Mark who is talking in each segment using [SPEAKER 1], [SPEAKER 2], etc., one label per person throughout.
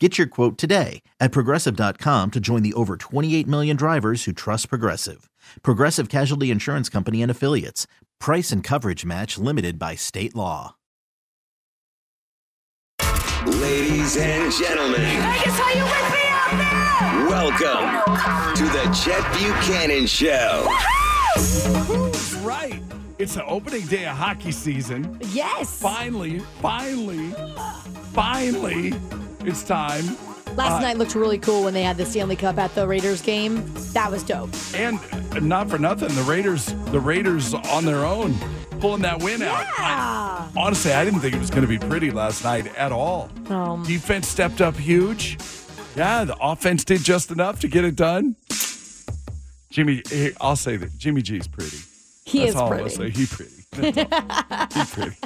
[SPEAKER 1] Get your quote today at progressive.com to join the over 28 million drivers who trust Progressive. Progressive Casualty Insurance Company and Affiliates. Price and coverage match limited by state law.
[SPEAKER 2] Ladies and gentlemen,
[SPEAKER 3] Vegas, are you with me out there?
[SPEAKER 2] welcome to the Chet Buchanan Show.
[SPEAKER 4] Who's right? It's the opening day of hockey season.
[SPEAKER 3] Yes.
[SPEAKER 4] Finally, finally, finally, it's time.
[SPEAKER 5] Last
[SPEAKER 4] Uh,
[SPEAKER 5] night looked really cool when they had the Stanley Cup at the Raiders game. That was dope.
[SPEAKER 4] And not for nothing, the Raiders, the Raiders on their own, pulling that win out. I- honestly, I didn't think it was going to be pretty last night at all.
[SPEAKER 5] Um.
[SPEAKER 4] Defense stepped up huge. Yeah, the offense did just enough to get it done. Jimmy, eh, I'll say that Jimmy G's pretty.
[SPEAKER 5] He
[SPEAKER 4] That's
[SPEAKER 5] is
[SPEAKER 4] all
[SPEAKER 5] pretty.
[SPEAKER 4] I will say. He pretty. That's all. he pretty.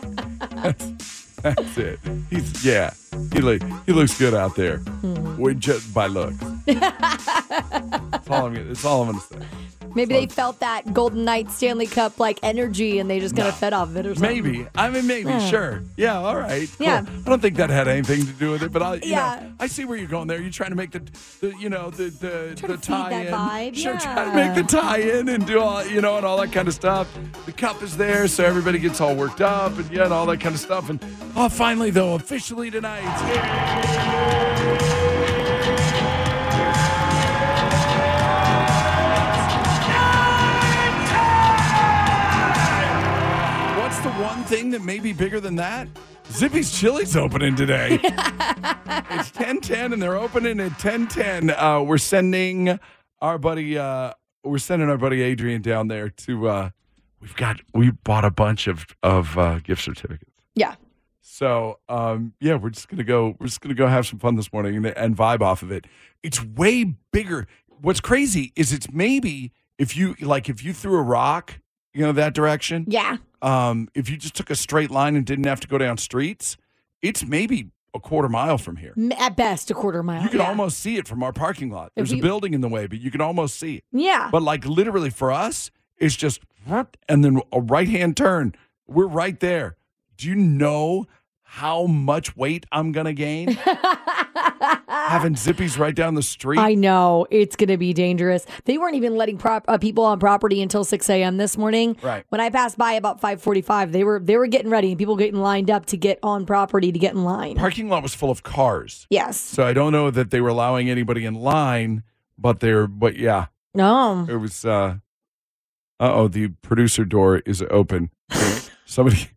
[SPEAKER 4] That's, that's it. He's yeah. He look, he looks good out there.
[SPEAKER 5] Hmm.
[SPEAKER 4] We just by look. that's all I'm. gonna- That's all I'm gonna say.
[SPEAKER 5] Maybe they felt that Golden Knights Stanley Cup like energy and they just kind
[SPEAKER 4] No.
[SPEAKER 5] of fed off of it or something.
[SPEAKER 4] Maybe. I mean, maybe. Sure. Yeah. All right. cool.
[SPEAKER 5] Yeah.
[SPEAKER 4] I don't think that had anything to do with it, but I, you
[SPEAKER 5] Yeah.
[SPEAKER 4] know, I see where you're going there. You're trying to make the, the you know, the the, the
[SPEAKER 5] Trying to feed that
[SPEAKER 4] tie in.
[SPEAKER 5] vibe,
[SPEAKER 4] Sure.
[SPEAKER 5] yeah.
[SPEAKER 4] Trying to make the tie in and do all, you know, and all that kind of stuff. The cup is there, so everybody gets all worked up and yeah, and all that kind of stuff. And oh, finally though, officially tonight. What's the one thing that may be bigger than that? Zippy's Chili's opening today. it's 1010 and they're opening at 1010. Uh, we're sending our buddy uh, we're sending our buddy Adrian down there to uh, we've got we bought a bunch of of uh, gift certificates.
[SPEAKER 5] Yeah.
[SPEAKER 4] So um, yeah, we're just gonna go. We're just gonna go have some fun this morning and, and vibe off of it. It's way bigger. What's crazy is it's maybe if you like if you threw a rock, you know that direction.
[SPEAKER 5] Yeah.
[SPEAKER 4] Um, if you just took a straight line and didn't have to go down streets, it's maybe a quarter mile from here.
[SPEAKER 5] M- At best, a quarter mile.
[SPEAKER 4] You can
[SPEAKER 5] Oh, yeah.
[SPEAKER 4] almost see it from our parking lot.
[SPEAKER 5] If
[SPEAKER 4] There's a
[SPEAKER 5] you-
[SPEAKER 4] building in the way, but you can almost see it.
[SPEAKER 5] Yeah.
[SPEAKER 4] But like literally for us, it's just whoop, and then a right hand turn. We're right there. Do you know how much weight I'm gonna gain? Having zippies right down the street.
[SPEAKER 5] I know it's going to be dangerous. They weren't even letting prop, uh, people on property until 6 a.m. this morning.
[SPEAKER 4] Right.
[SPEAKER 5] When I passed by about 5:45, they were they were getting ready and people getting lined up to get on property to get in line.
[SPEAKER 4] parking lot was full of cars.
[SPEAKER 5] yes.
[SPEAKER 4] So I don't know that they were allowing anybody in line, but they're but yeah,
[SPEAKER 5] No.
[SPEAKER 4] it was uh uh oh, the producer door is open. Somebody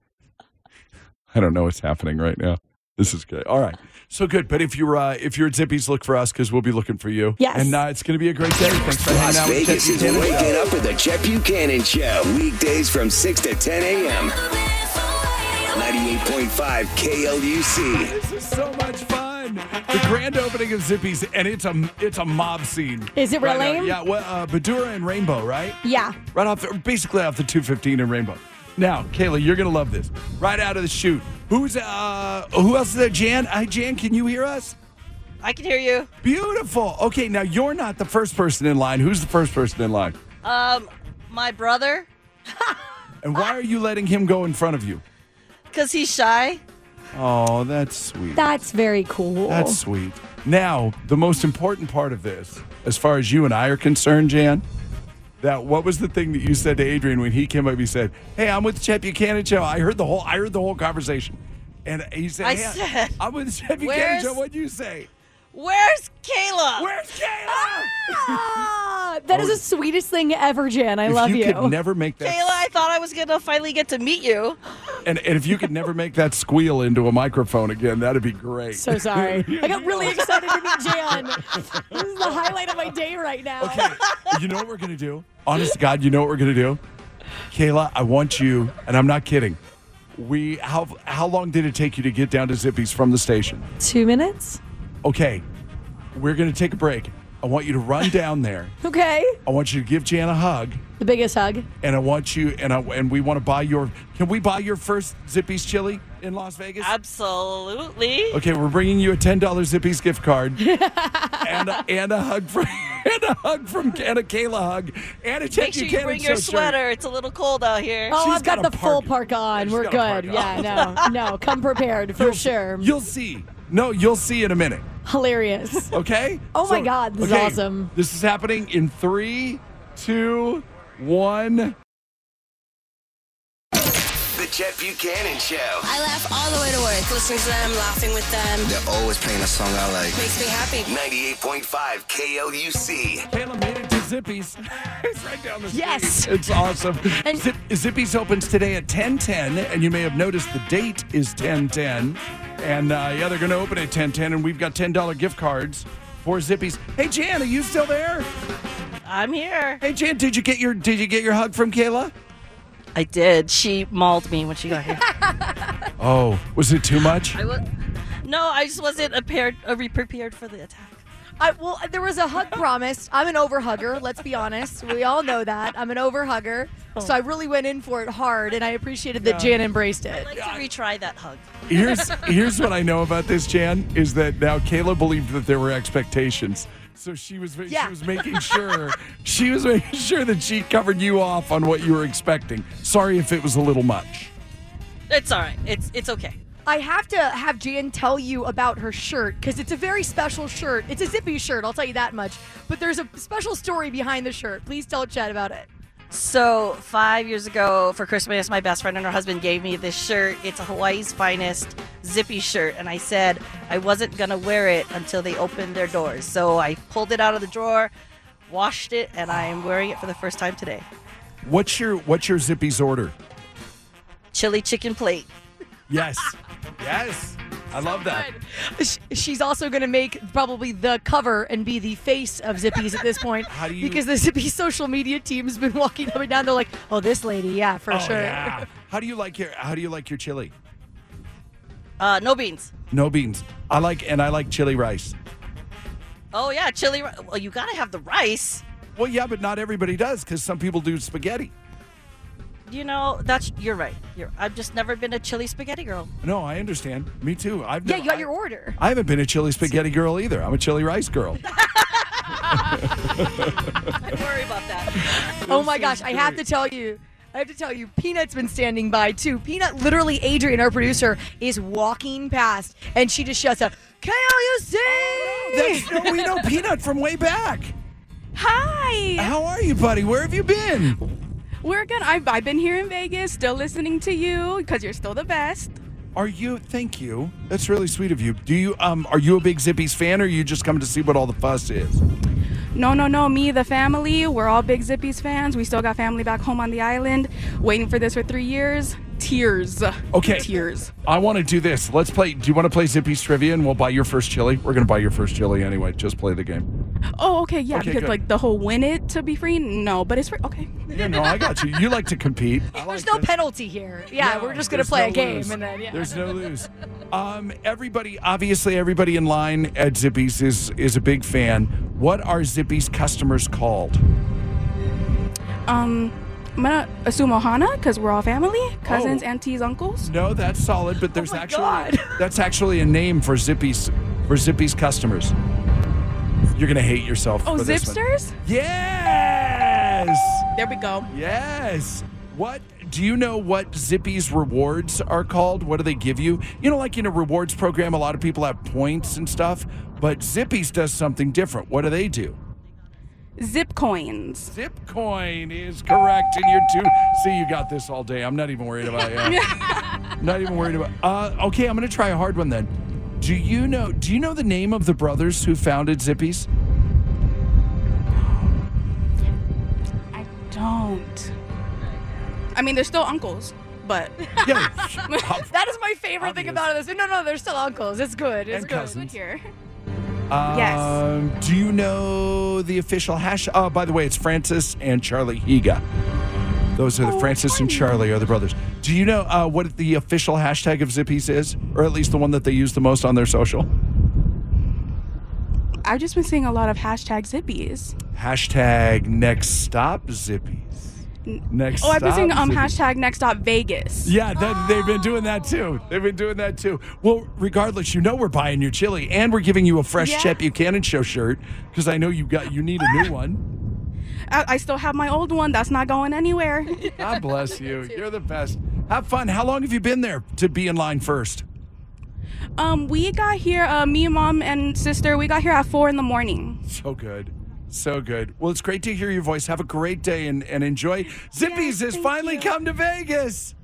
[SPEAKER 4] I don't know what's happening right now. This is good. All right. So good. But if you're uh if you're at Zippy's, look for us because we'll be looking for you.
[SPEAKER 5] Yes.
[SPEAKER 4] And uh, it's gonna be a great day. Thanks for
[SPEAKER 2] Las
[SPEAKER 4] hanging out with
[SPEAKER 2] Vegas
[SPEAKER 4] Chet
[SPEAKER 2] is
[SPEAKER 4] Buchanan.
[SPEAKER 2] waking up with the Chet Buchanan Show. Weekdays from 6 to 10 a.m. 98.5 KLUC.
[SPEAKER 4] This is so much fun. The grand opening of Zippy's, and it's a it's a mob scene.
[SPEAKER 5] Is it
[SPEAKER 4] Right
[SPEAKER 5] really?
[SPEAKER 4] now. yeah. Well, uh, Badura and Rainbow, right?
[SPEAKER 5] Yeah.
[SPEAKER 4] right off, basically off the 215 in Rainbow. Now, Kayla, you're gonna love this. Right out of the chute, who's uh, who else is there? Jan, hi Jan, can you hear us?
[SPEAKER 6] I can hear you.
[SPEAKER 4] Beautiful. Okay, now you're not the first person in line. Who's the first person in line?
[SPEAKER 6] Um, my brother,
[SPEAKER 4] And why are you letting him go in front of you?
[SPEAKER 6] because he's shy.
[SPEAKER 4] Oh, that's sweet.
[SPEAKER 5] That's very cool.
[SPEAKER 4] That's sweet. Now, the most important part of this, as far as you and I are concerned, Jan, that what was the thing that you said to Adrian when he came up? He said, "Hey, I'm with Chet Buchanan show. I heard the whole, I heard the whole conversation." And he said,
[SPEAKER 6] I
[SPEAKER 4] hey,
[SPEAKER 6] said,
[SPEAKER 4] I'm with Chet Buchanan
[SPEAKER 6] "Where's-
[SPEAKER 4] show. What'd you say?"
[SPEAKER 6] Where's Kayla?
[SPEAKER 4] Where's Kayla?
[SPEAKER 7] Ah, that is the sweetest thing ever, Jan. I
[SPEAKER 4] Oh. if
[SPEAKER 7] love
[SPEAKER 4] you,
[SPEAKER 7] you.
[SPEAKER 4] could never make that,
[SPEAKER 6] Kayla, I thought I was gonna finally get to meet you.
[SPEAKER 4] and, and if you could never make that squeal into a microphone again, that'd be great.
[SPEAKER 7] so sorry. I got really excited to meet Jan. This is the highlight of my day right now.
[SPEAKER 4] Okay, you know what we're gonna do? Honest to God, you know what we're gonna do? Kayla, I want you, and I'm not kidding. We how how long did it take you to get down to Zippy's from the station?
[SPEAKER 7] Two minutes?
[SPEAKER 4] Okay, we're gonna take a break. I want you to run down there.
[SPEAKER 7] Okay.
[SPEAKER 4] I want you to give Jan a hug,
[SPEAKER 7] The biggest hug.
[SPEAKER 4] and I want you and I and we want to buy your. Can we buy your first Zippy's chili in Las Vegas?
[SPEAKER 6] Absolutely.
[SPEAKER 4] Okay, we're bringing you a ten dollars Zippy's gift card and, a, and a hug from and a hug from and a Kayla hug and a
[SPEAKER 6] Make
[SPEAKER 4] thank
[SPEAKER 6] sure you
[SPEAKER 4] Cannon
[SPEAKER 6] bring your
[SPEAKER 4] Show shirt.
[SPEAKER 6] sweater. It's a little cold out here.
[SPEAKER 7] Oh,
[SPEAKER 4] She's
[SPEAKER 7] I've got,
[SPEAKER 4] got a
[SPEAKER 7] the full
[SPEAKER 4] park-
[SPEAKER 7] park on.
[SPEAKER 4] she's
[SPEAKER 7] We're
[SPEAKER 4] got a park
[SPEAKER 7] good.
[SPEAKER 4] on.
[SPEAKER 7] Yeah, no, no. Come prepared for sure.
[SPEAKER 4] You'll see. No, you'll see in a minute.
[SPEAKER 7] Hilarious.
[SPEAKER 4] Okay.
[SPEAKER 7] Oh my God, this is
[SPEAKER 4] okay,
[SPEAKER 7] awesome.
[SPEAKER 4] This is happening in three, two, one.
[SPEAKER 2] The Chet Buchanan Show.
[SPEAKER 8] I laugh all the way to work, listening to them, laughing with them.
[SPEAKER 9] They're always playing a song I like.
[SPEAKER 8] Makes me happy.
[SPEAKER 2] 98.5 KLUC.
[SPEAKER 4] Kayla made it to Zippy's. it's right down the street.
[SPEAKER 7] Yes.
[SPEAKER 4] It's awesome.
[SPEAKER 7] And-
[SPEAKER 4] Zip, Zippy's opens today at 1010, and you may have noticed the date is 1010. And uh, yeah, they're going to open at 1010, and we've got $10 gift cards for Zippy's. Hey, Jan, are you still there?
[SPEAKER 6] I'm here.
[SPEAKER 4] Hey, Jan, did you get your did you get your hug from Kayla?
[SPEAKER 6] I did. She mauled me when she got here.
[SPEAKER 4] Oh, was it too much?
[SPEAKER 6] I was, no, I just wasn't prepared, uh, re- prepared for the attack.
[SPEAKER 5] I, well, there was a hug promised. I'm an overhugger. Let's be honest. We all know that. I'm an overhugger.
[SPEAKER 4] Oh.
[SPEAKER 5] So I really went in for it hard, and I appreciated that Jan embraced it.
[SPEAKER 6] I'd like to retry that hug.
[SPEAKER 4] here's here's what I know about this, Jan, is that now Kayla believed that there were expectations. So she was
[SPEAKER 5] Yeah.
[SPEAKER 4] she was making sure she was making sure that she covered you off on what you were expecting. Sorry if it was a little much.
[SPEAKER 6] It's all right. It's it's okay.
[SPEAKER 5] I have to have Jan tell you about her shirt because it's a very special shirt. It's a zippy shirt, I'll tell you that much. But there's a special story behind the shirt. Please tell Chad about it.
[SPEAKER 6] So five years ago for Christmas, my best friend and her husband gave me this shirt. It's a Hawaii's finest zippy shirt, and I said I wasn't gonna wear it until they opened their doors. So I pulled it out of the drawer, washed it, and I am wearing it for the first time today.
[SPEAKER 4] What's your what's your Zippy's order?
[SPEAKER 6] Chili chicken plate.
[SPEAKER 4] Yes. yes. I love that.
[SPEAKER 5] Sh- She's also going to make probably the cover and be the face of Zippy's at this point
[SPEAKER 4] How do you-
[SPEAKER 5] because the Zippy social media team's been walking up and down. They're like, "Oh, this lady, yeah, for
[SPEAKER 4] Oh,
[SPEAKER 5] sure."
[SPEAKER 4] yeah. How do you like your how do you like your chili?
[SPEAKER 6] Uh, no beans.
[SPEAKER 4] No beans. I like and I like chili rice.
[SPEAKER 6] Oh yeah, chili. ri- Well, you gotta have the rice.
[SPEAKER 4] Well, yeah, but not everybody does because some people do spaghetti.
[SPEAKER 6] You know that's you're right. You're, I've just never been a chili spaghetti girl.
[SPEAKER 4] No, I understand. Me too. I've
[SPEAKER 5] Yeah,
[SPEAKER 4] never-
[SPEAKER 5] you got
[SPEAKER 4] I-
[SPEAKER 5] your order.
[SPEAKER 4] I haven't been a chili spaghetti girl either. I'm a chili rice girl.
[SPEAKER 6] Don't worry about that.
[SPEAKER 5] Oh my gosh, I have to tell you. I have to tell you, Peanut's been standing by too. Peanut, literally, Adrian, our producer, is walking past and she just shouts out, KLUC!
[SPEAKER 4] That's, no, we know Peanut from way back.
[SPEAKER 5] Hi!
[SPEAKER 4] How are you, buddy? Where have you been?
[SPEAKER 10] We're good. I've, I've been here in Vegas, still listening to you because you're still the best.
[SPEAKER 4] Are you? Thank you. That's really sweet of you. Do you? Um, are you a big Zippy's fan, or you just come to see what all the fuss is?
[SPEAKER 10] No, no, no. Me, the family, we're all big Zippies fans. We still got family back home on the island, waiting for this for three years. Tears.
[SPEAKER 4] Okay.
[SPEAKER 10] Tears.
[SPEAKER 4] I want to do this. Let's play. Do you want to play Zippy's trivia, and we'll buy your first chili? We're gonna buy your first chili anyway. Just play the game.
[SPEAKER 10] Oh, okay. Yeah,
[SPEAKER 4] Okay,
[SPEAKER 10] because
[SPEAKER 4] good.
[SPEAKER 10] like the whole win it to be free. No, but it's free. Okay.
[SPEAKER 4] Yeah, no, I got you. You like to compete. I like
[SPEAKER 5] There's no
[SPEAKER 4] this.
[SPEAKER 5] penalty here. Yeah,
[SPEAKER 4] No,
[SPEAKER 5] we're just going
[SPEAKER 4] there's
[SPEAKER 5] to play
[SPEAKER 4] no
[SPEAKER 5] a game
[SPEAKER 4] lose.
[SPEAKER 5] and then, yeah.
[SPEAKER 4] There's no lose. Um, everybody, obviously, everybody in line at Zippy's is is a big fan. What are Zippy's customers called?
[SPEAKER 10] Um, I'm gonna assume Ohana because we're all family, cousins,
[SPEAKER 4] Oh.
[SPEAKER 10] aunties, uncles.
[SPEAKER 4] No, that's solid,
[SPEAKER 10] Oh
[SPEAKER 4] but there's
[SPEAKER 5] my
[SPEAKER 4] actually
[SPEAKER 5] God.
[SPEAKER 4] that's actually a name for Zippy's for Zippy's customers. You're gonna hate yourself.
[SPEAKER 10] Oh,
[SPEAKER 4] for this one.
[SPEAKER 10] Zipsters.
[SPEAKER 4] Yes,
[SPEAKER 10] There we go.
[SPEAKER 4] yes. What do you know? What Zippy's rewards are called? What do they give you? You know, like in a rewards program, a lot of people have points and stuff, but Zippy's does something different. What do they do?
[SPEAKER 10] Zip coins.
[SPEAKER 4] Zipcoin is correct, and you're two. See, you got this all day. I'm not even worried about it. not even worried about. Uh, okay, I'm gonna try a hard one then. Do you know? Do you know the name of the brothers who founded Zippies?
[SPEAKER 8] I don't. I mean, they're still uncles, but
[SPEAKER 10] that is my favorite thing about this. No, no, they're still uncles. It's good. It's
[SPEAKER 8] And
[SPEAKER 10] good.
[SPEAKER 8] cousins.
[SPEAKER 4] Yes. Um, do you know the official hash? Oh, by the way, it's Francis and Charlie Higa. Those
[SPEAKER 8] Oh,
[SPEAKER 4] are the Francis and Charlie are the brothers. Do you know uh, what the official hashtag of Zippies is, or at least the one that they use the most on their social?
[SPEAKER 8] I've just been seeing a lot of hashtag zippies.
[SPEAKER 4] Hashtag next stop Zippies. Next.
[SPEAKER 8] oh, I've been
[SPEAKER 4] stop
[SPEAKER 8] seeing um
[SPEAKER 4] Zippies.
[SPEAKER 8] hashtag next stop Vegas.
[SPEAKER 4] Yeah, that, they've been doing that too. They've been doing that too. Well, regardless, you know we're buying your chili, and we're giving you a fresh
[SPEAKER 8] Yeah.
[SPEAKER 4] Chet Buchanan show shirt because I know you got you need a new one.
[SPEAKER 8] I, I still have my old one. That's not going anywhere.
[SPEAKER 4] God bless you. You're the best. Have fun. How long have you been there to be in line first?
[SPEAKER 8] um, we got here. Uh, me, mom, and sister. We got here at four in the morning.
[SPEAKER 4] So good. So good. Well, it's great to hear your voice. Have a great day and, and enjoy. Zippies has finally come to Vegas.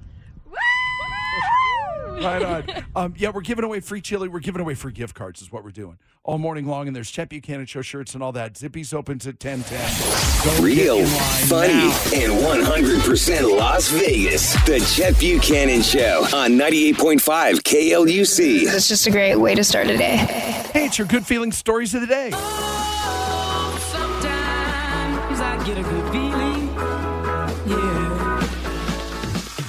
[SPEAKER 4] Right on. Um, yeah, we're giving away free chili. We're giving away free gift cards, is what we're doing all morning long. And there's Chet Buchanan show shirts and all that. Zippies opens at 10 10.
[SPEAKER 2] Real, funny, and 100% Las Vegas. The Chet Buchanan Show on 98.5 KLUC.
[SPEAKER 11] It's just a great way to start a day.
[SPEAKER 4] Hey, it's your good feeling stories of the day.
[SPEAKER 3] Sometimes I get a good feeling. Yeah.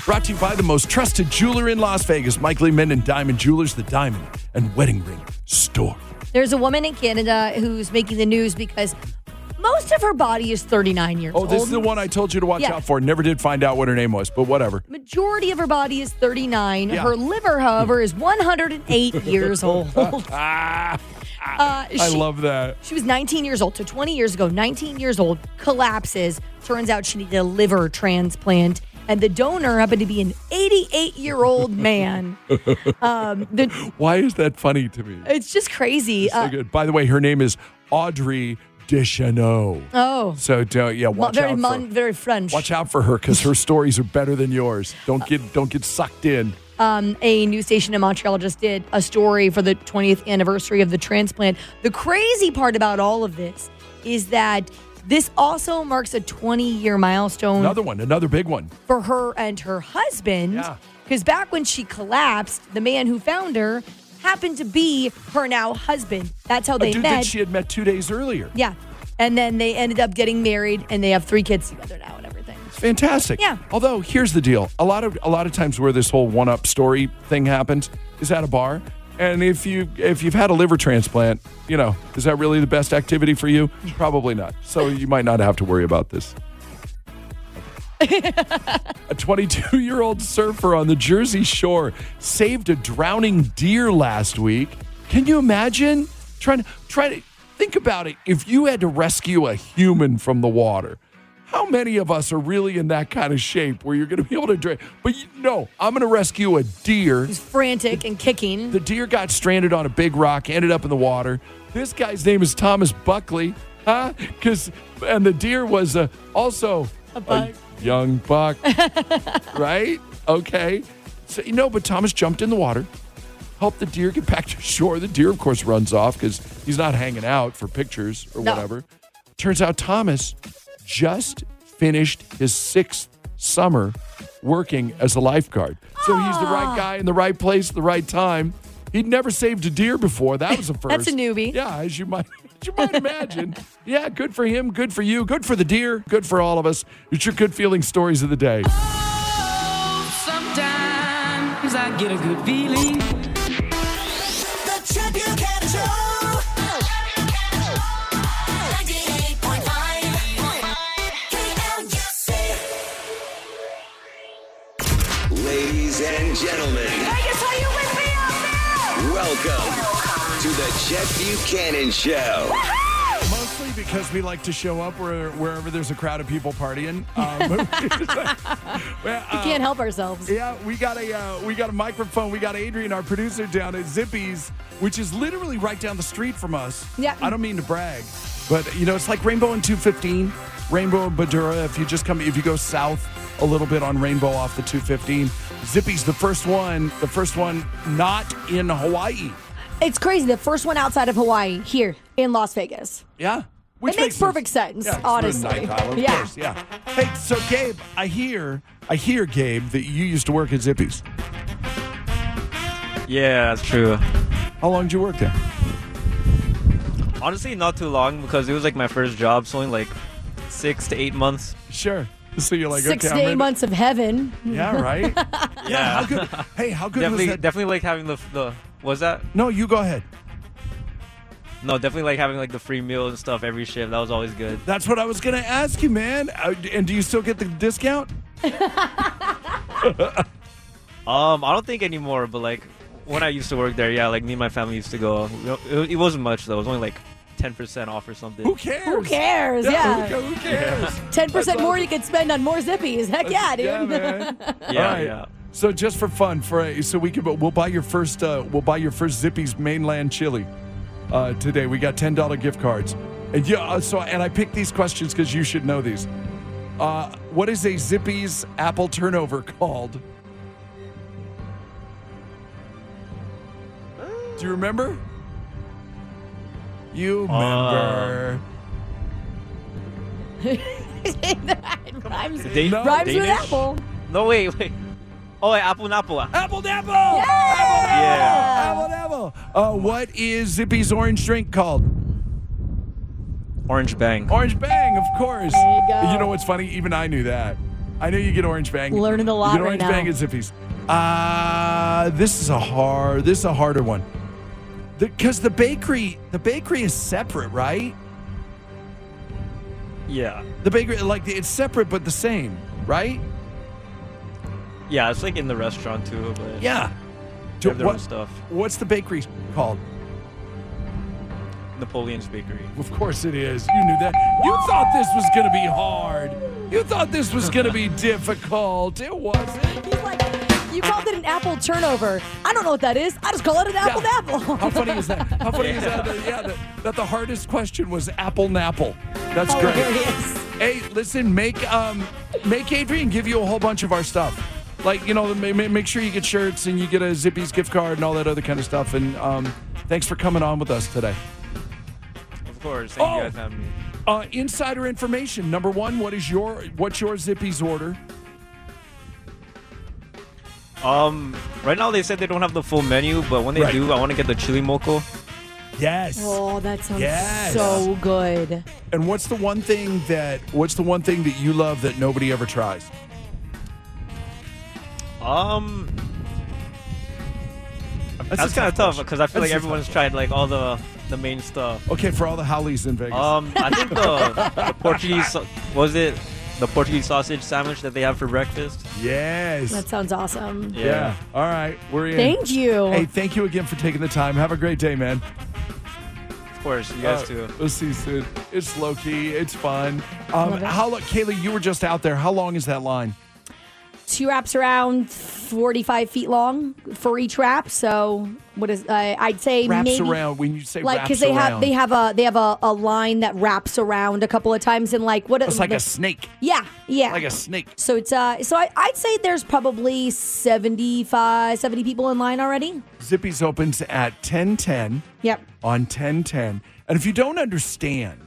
[SPEAKER 4] Brought to you by the most trusted jeweler in Las Vegas, Mike Lehman and Diamond Jewelers, the Diamond and Wedding Ring Store.
[SPEAKER 5] There's a woman in Canada who's making the news because most of her body is 39 years
[SPEAKER 4] Oh,
[SPEAKER 5] old.
[SPEAKER 4] this is the one I told you to watch
[SPEAKER 5] Yeah.
[SPEAKER 4] out for. Never did find out what her name was, but whatever.
[SPEAKER 5] Majority of her body is 39.
[SPEAKER 4] Yeah.
[SPEAKER 5] Her liver, however, is 108 years old.
[SPEAKER 4] Ah,
[SPEAKER 5] Uh,
[SPEAKER 4] I
[SPEAKER 5] she-
[SPEAKER 4] love that.
[SPEAKER 5] She was 19 years old, so 20 years ago, 19 years old, collapses. Turns out she needed a liver transplant, and the donor happened to be an 88 year old man. Um, the,
[SPEAKER 4] Why is that funny to me?
[SPEAKER 5] it's just crazy.
[SPEAKER 4] So
[SPEAKER 5] Uh,
[SPEAKER 4] good. By the way, her name is Audrey Deschanel.
[SPEAKER 5] oh,
[SPEAKER 4] So don't yeah,
[SPEAKER 5] Mo-
[SPEAKER 4] watch
[SPEAKER 5] very,
[SPEAKER 4] out
[SPEAKER 5] mon-
[SPEAKER 4] for,
[SPEAKER 5] very French.
[SPEAKER 4] watch out for her because her stories are better than yours. Don't get don't get sucked in.
[SPEAKER 5] um, a news station in Montreal just did a story for the 20th anniversary of the transplant. The crazy part about all of this is that this also marks a 20 year milestone
[SPEAKER 4] Another one, another big one.
[SPEAKER 5] for her and her husband.
[SPEAKER 4] Yeah.
[SPEAKER 5] Because back when she collapsed, the man who found her happened to be her now husband. That's how they
[SPEAKER 4] a dude
[SPEAKER 5] met.
[SPEAKER 4] that she had met two days earlier.
[SPEAKER 5] yeah. And then they ended up getting married and they have three kids together now and everything.
[SPEAKER 4] It's fantastic.
[SPEAKER 5] Yeah.
[SPEAKER 4] Although here's the deal: a lot of a lot of times where this whole one-up story thing happens is at a bar, and if you if you've had a liver transplant, you know, is that really the best activity for you? Probably not. So you might not have to worry about this. a 22 year old surfer on the Jersey Shore saved a drowning deer last week. Can you imagine? Trying to try to think about it. If you had to rescue a human from the water, how many of us are really in that kind of shape where you're going to be able to drink? But you, no, I'm going to rescue a deer.
[SPEAKER 5] Frantic and kicking.
[SPEAKER 4] The deer got stranded on a big rock, ended up in the water. This guy's name is Thomas Buckley, huh? Because and the deer was uh, also a, young buck, right? Okay. So you know, but Thomas jumped in the water, helped the deer get back to shore. The deer, of course, runs off because he's not hanging out for pictures or
[SPEAKER 12] No.
[SPEAKER 4] whatever. Turns out Thomas just finished his sixth summer working as a lifeguard. So he's the right guy in the right place at the right time. He'd never saved a deer before. That was a first.
[SPEAKER 5] That's a newbie.
[SPEAKER 4] Yeah, as you might as you might imagine. yeah, good for him, good for you, good for the deer, good for all of us. It's your good feeling stories of the day.
[SPEAKER 3] Sometimes I get a good feeling. The Chet Buchanan Show.
[SPEAKER 2] Ladies and gentlemen, welcome to the Chet Buchanan Show.
[SPEAKER 4] Mostly because we like to show up where, wherever there's a crowd of people partying. Um, well,
[SPEAKER 5] We can't help ourselves.
[SPEAKER 4] Yeah, we got a uh, we got a microphone. We got Adrian, our producer, down at Zippy's, which is literally right down the street from us.
[SPEAKER 5] Yeah.
[SPEAKER 4] I don't mean to brag, but you know it's like Rainbow and 215, Rainbow and Badura. If you just come, if you go south a little bit on Rainbow off the 215, Zippy's the first one, the first one not in Hawaii.
[SPEAKER 5] It's crazy. The first one outside of Hawaii here in Las Vegas.
[SPEAKER 4] Yeah.
[SPEAKER 5] it makes, perfect sense,
[SPEAKER 4] Yeah, it's
[SPEAKER 5] honestly.
[SPEAKER 4] midnight, Tyler, of
[SPEAKER 5] yeah.
[SPEAKER 4] course, yeah. Hey, so Gabe, I hear, I hear, Gabe, that you used to work at Zippy's.
[SPEAKER 12] Yeah, that's true.
[SPEAKER 4] How long did you work there?
[SPEAKER 12] Honestly, not too long because it was like my first job, so only like six to eight months.
[SPEAKER 4] Sure. So you're like,
[SPEAKER 5] Six
[SPEAKER 12] okay,
[SPEAKER 5] to
[SPEAKER 12] I'm
[SPEAKER 5] eight months of heaven.
[SPEAKER 4] Yeah, right?
[SPEAKER 12] yeah.
[SPEAKER 4] hey, how good was
[SPEAKER 12] definitely,
[SPEAKER 4] that-
[SPEAKER 12] Definitely like having the the was that?
[SPEAKER 4] No, you go ahead.
[SPEAKER 12] No, definitely like having like the free meal and stuff every shift. That was always good.
[SPEAKER 4] That's what I was going to ask you, man. Uh, And do you still get the discount?
[SPEAKER 12] Um, I don't think anymore, but like when I used to work there, yeah, like me and my family used to go. You know, It, it wasn't much though. It was only like ten percent off or something.
[SPEAKER 4] Who cares?
[SPEAKER 5] Who cares?
[SPEAKER 4] Yeah,
[SPEAKER 5] Yeah.
[SPEAKER 4] who ca- who cares?
[SPEAKER 5] Ten percent
[SPEAKER 4] That's Uh,
[SPEAKER 5] more you could spend on more zippies. Heck yeah, dude.
[SPEAKER 4] Yeah, man.
[SPEAKER 12] Yeah,
[SPEAKER 4] All right.
[SPEAKER 12] yeah.
[SPEAKER 4] So just for fun, for uh, so we can, we'll buy your first, uh, we'll buy your first Zippy's mainland chili uh, today. We got ten dollar gift cards, and yeah. uh, So and I picked these questions because you should know these. Uh, what is a Zippy's apple turnover called? Do you remember? You
[SPEAKER 5] Uh.
[SPEAKER 4] remember?
[SPEAKER 5] That rhymes,
[SPEAKER 12] Da- No.
[SPEAKER 5] rhymes with
[SPEAKER 12] Danish?
[SPEAKER 5] apple.
[SPEAKER 12] No, wait, wait. Oh, wait, apple napple.
[SPEAKER 4] Apple napple.
[SPEAKER 12] Yeah.
[SPEAKER 4] Apple Devil. Uh, what is Zippy's orange drink called?
[SPEAKER 12] Orange Bang.
[SPEAKER 4] Orange Bang, of course.
[SPEAKER 5] There you go.
[SPEAKER 4] know what's funny? Even I knew that. I know you get Orange Bang.
[SPEAKER 5] Learning a lot
[SPEAKER 4] You get
[SPEAKER 5] right
[SPEAKER 4] Orange
[SPEAKER 5] now.
[SPEAKER 4] Bang at Zippy's. Uh, this is a hard. This is a harder one. Because the, bakery, the bakery is separate, right?
[SPEAKER 12] Yeah.
[SPEAKER 4] The bakery, like it's separate but the same, right?
[SPEAKER 12] Yeah, it's like in the restaurant too. But
[SPEAKER 4] Yeah.
[SPEAKER 12] They
[SPEAKER 4] Do-
[SPEAKER 12] have their own
[SPEAKER 4] what-
[SPEAKER 12] stuff.
[SPEAKER 4] What's the bakery called?
[SPEAKER 12] Napoleon's Bakery.
[SPEAKER 4] Of course it is. You knew that. You thought this was going to be hard. You thought this was going to be difficult. It wasn't.
[SPEAKER 5] You called it an apple turnover. I don't know what that is. I just call it an apple napple.
[SPEAKER 4] How funny is that? How funny is that? that- yeah, that, that the hardest question was apple napple. That's
[SPEAKER 5] Oh,
[SPEAKER 4] great.
[SPEAKER 5] there it is.
[SPEAKER 4] Hey, listen, make um, make Adrian give you a whole bunch of our stuff. Like you know, ma- ma- make sure you get shirts and you get a Zippy's gift card and all that other kind of stuff. And um, thanks for coming on with us today.
[SPEAKER 12] Of course. Thank
[SPEAKER 4] Oh.
[SPEAKER 12] you guys for having me.
[SPEAKER 4] Uh, insider information number one: What is your what's your Zippy's order?
[SPEAKER 12] Um, right now they said they don't have the full menu, but when they
[SPEAKER 4] Right.
[SPEAKER 12] do, I want to get the chili moco.
[SPEAKER 4] Yes.
[SPEAKER 5] Oh, that sounds
[SPEAKER 4] Yes.
[SPEAKER 5] so good.
[SPEAKER 4] And what's the one thing that what's the one thing that you love that nobody ever tries?
[SPEAKER 12] Um,
[SPEAKER 4] That's
[SPEAKER 12] that's,
[SPEAKER 4] a
[SPEAKER 12] kind
[SPEAKER 4] tough
[SPEAKER 12] of tough because I
[SPEAKER 4] That's a
[SPEAKER 12] feel like
[SPEAKER 4] tough
[SPEAKER 12] everyone's tried like all the the main stuff.
[SPEAKER 4] Okay, for all the Hollies in Vegas.
[SPEAKER 12] Um, I think the, the Portuguese was it the Portuguese sausage sandwich that they have for breakfast.
[SPEAKER 4] yes.
[SPEAKER 5] That sounds awesome.
[SPEAKER 12] Yeah.
[SPEAKER 4] All right. We're in.
[SPEAKER 5] Thank you.
[SPEAKER 4] Hey, thank you again for taking the time. Have a great day, man.
[SPEAKER 12] Of course, you guys
[SPEAKER 4] Uh,
[SPEAKER 12] too.
[SPEAKER 4] We'll see you soon. It's low key. It's fun. Um,
[SPEAKER 5] Love it.
[SPEAKER 4] how long, Kaylee? You were just out there. How long is that line?
[SPEAKER 5] Two wraps around 45 feet long for each wrap. So what is? Uh, I'd say
[SPEAKER 4] Wraps
[SPEAKER 5] maybe
[SPEAKER 4] around. When you say
[SPEAKER 5] like
[SPEAKER 4] wraps
[SPEAKER 5] because they
[SPEAKER 4] around,
[SPEAKER 5] have they have a they have a, a line that wraps around a couple of times and like what
[SPEAKER 4] it's like
[SPEAKER 5] the-
[SPEAKER 4] a snake.
[SPEAKER 5] yeah yeah
[SPEAKER 4] Like a snake.
[SPEAKER 5] so it's uh so I, i'd say there's probably 75 70 people in line already
[SPEAKER 4] Zippy's opens at ten ten.
[SPEAKER 5] yep
[SPEAKER 4] on 1010. And if you don't understand,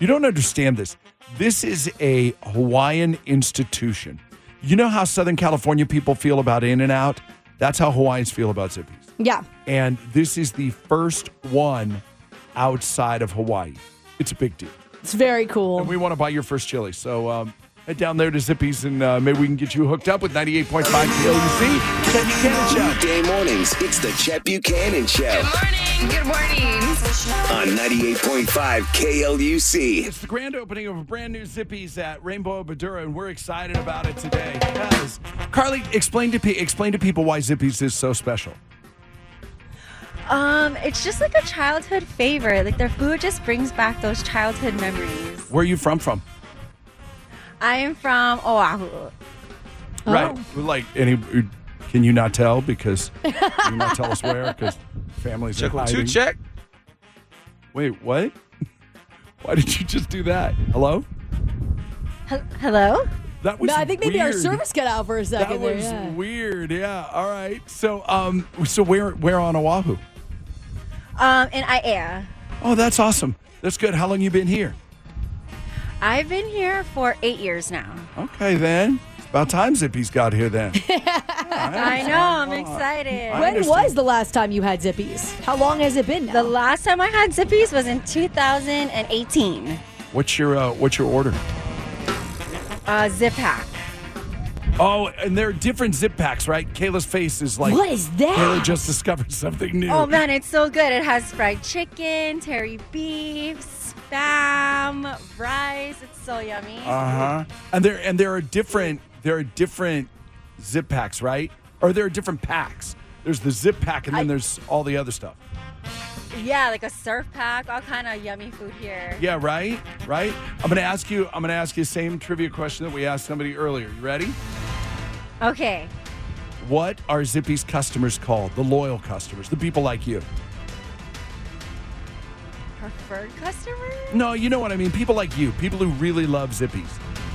[SPEAKER 4] you don't understand this. This is a Hawaiian institution. You know how Southern California people feel about In and Out? That's how Hawaiians feel about Zippy's.
[SPEAKER 5] yeah
[SPEAKER 4] And this is the first one outside of Hawaii. It's a big deal.
[SPEAKER 5] it's very cool
[SPEAKER 4] And we want to buy your first chili. So um, head down there to Zippy's and uh, maybe we can get you hooked up with 98.5 KLUC. Chet Buchanan Show.
[SPEAKER 2] Weekday mornings, it's the Chet Buchanan Show
[SPEAKER 11] Good morning.
[SPEAKER 2] on 98.5 KLUC.
[SPEAKER 4] It's the grand opening of a brand new Zippies at Rainbow Badura, and we're excited about it today. Because Carly, explain to pe- explain to people why Zippies is so special.
[SPEAKER 13] Um, it's just like a childhood favorite. Like their food just brings back those childhood memories.
[SPEAKER 4] Where are you from? From
[SPEAKER 13] I am from Oahu.
[SPEAKER 5] Oh.
[SPEAKER 4] right? Like any? Can you not tell because you not tell us where because families are
[SPEAKER 12] Check one, two,
[SPEAKER 4] hiding.
[SPEAKER 12] check.
[SPEAKER 4] Wait, what? Why did you just do that? Hello?
[SPEAKER 13] Hel- Hello?
[SPEAKER 4] That was
[SPEAKER 5] no, i think maybe our
[SPEAKER 4] weird.
[SPEAKER 5] service cut out for a
[SPEAKER 4] That
[SPEAKER 5] second there
[SPEAKER 4] was
[SPEAKER 5] yeah.
[SPEAKER 4] weird. Yeah. All right. So, um, so where where on Oahu?
[SPEAKER 14] Um, in IAEA.
[SPEAKER 4] Oh, that's awesome. That's good. How long you been here?
[SPEAKER 14] I've been here for eight years now.
[SPEAKER 4] Okay, then. It's about time Zippy's got here then.
[SPEAKER 14] I, know, I'm excited.
[SPEAKER 5] When was the last time you had zippies? How long has it been now?
[SPEAKER 14] The last time I had zippies was in 2018.
[SPEAKER 4] What's your uh, what's your order?
[SPEAKER 14] Uh, zip hack.
[SPEAKER 4] Oh, and there are different zip packs, right? Kayla's face is like
[SPEAKER 14] What is that?
[SPEAKER 4] Kayla just discovered something new.
[SPEAKER 14] Oh man, it's so good. It has fried chicken, terry beef, spam, rice. It's so yummy.
[SPEAKER 4] Uh huh. And there and there are different there are different zip packs, right? Or there are different packs. There's the zip pack, and then there's all the other stuff.
[SPEAKER 14] Yeah, like a surf pack, all kind of yummy food here.
[SPEAKER 4] Yeah, right, right. I'm gonna ask you. I'm gonna ask you the same trivia question that we asked somebody earlier. You ready?
[SPEAKER 14] Okay.
[SPEAKER 4] What are Zippy's customers called? The loyal customers, the people like you.
[SPEAKER 14] Preferred customer?
[SPEAKER 4] No, you know what I mean. People like you, people who really love Zippies.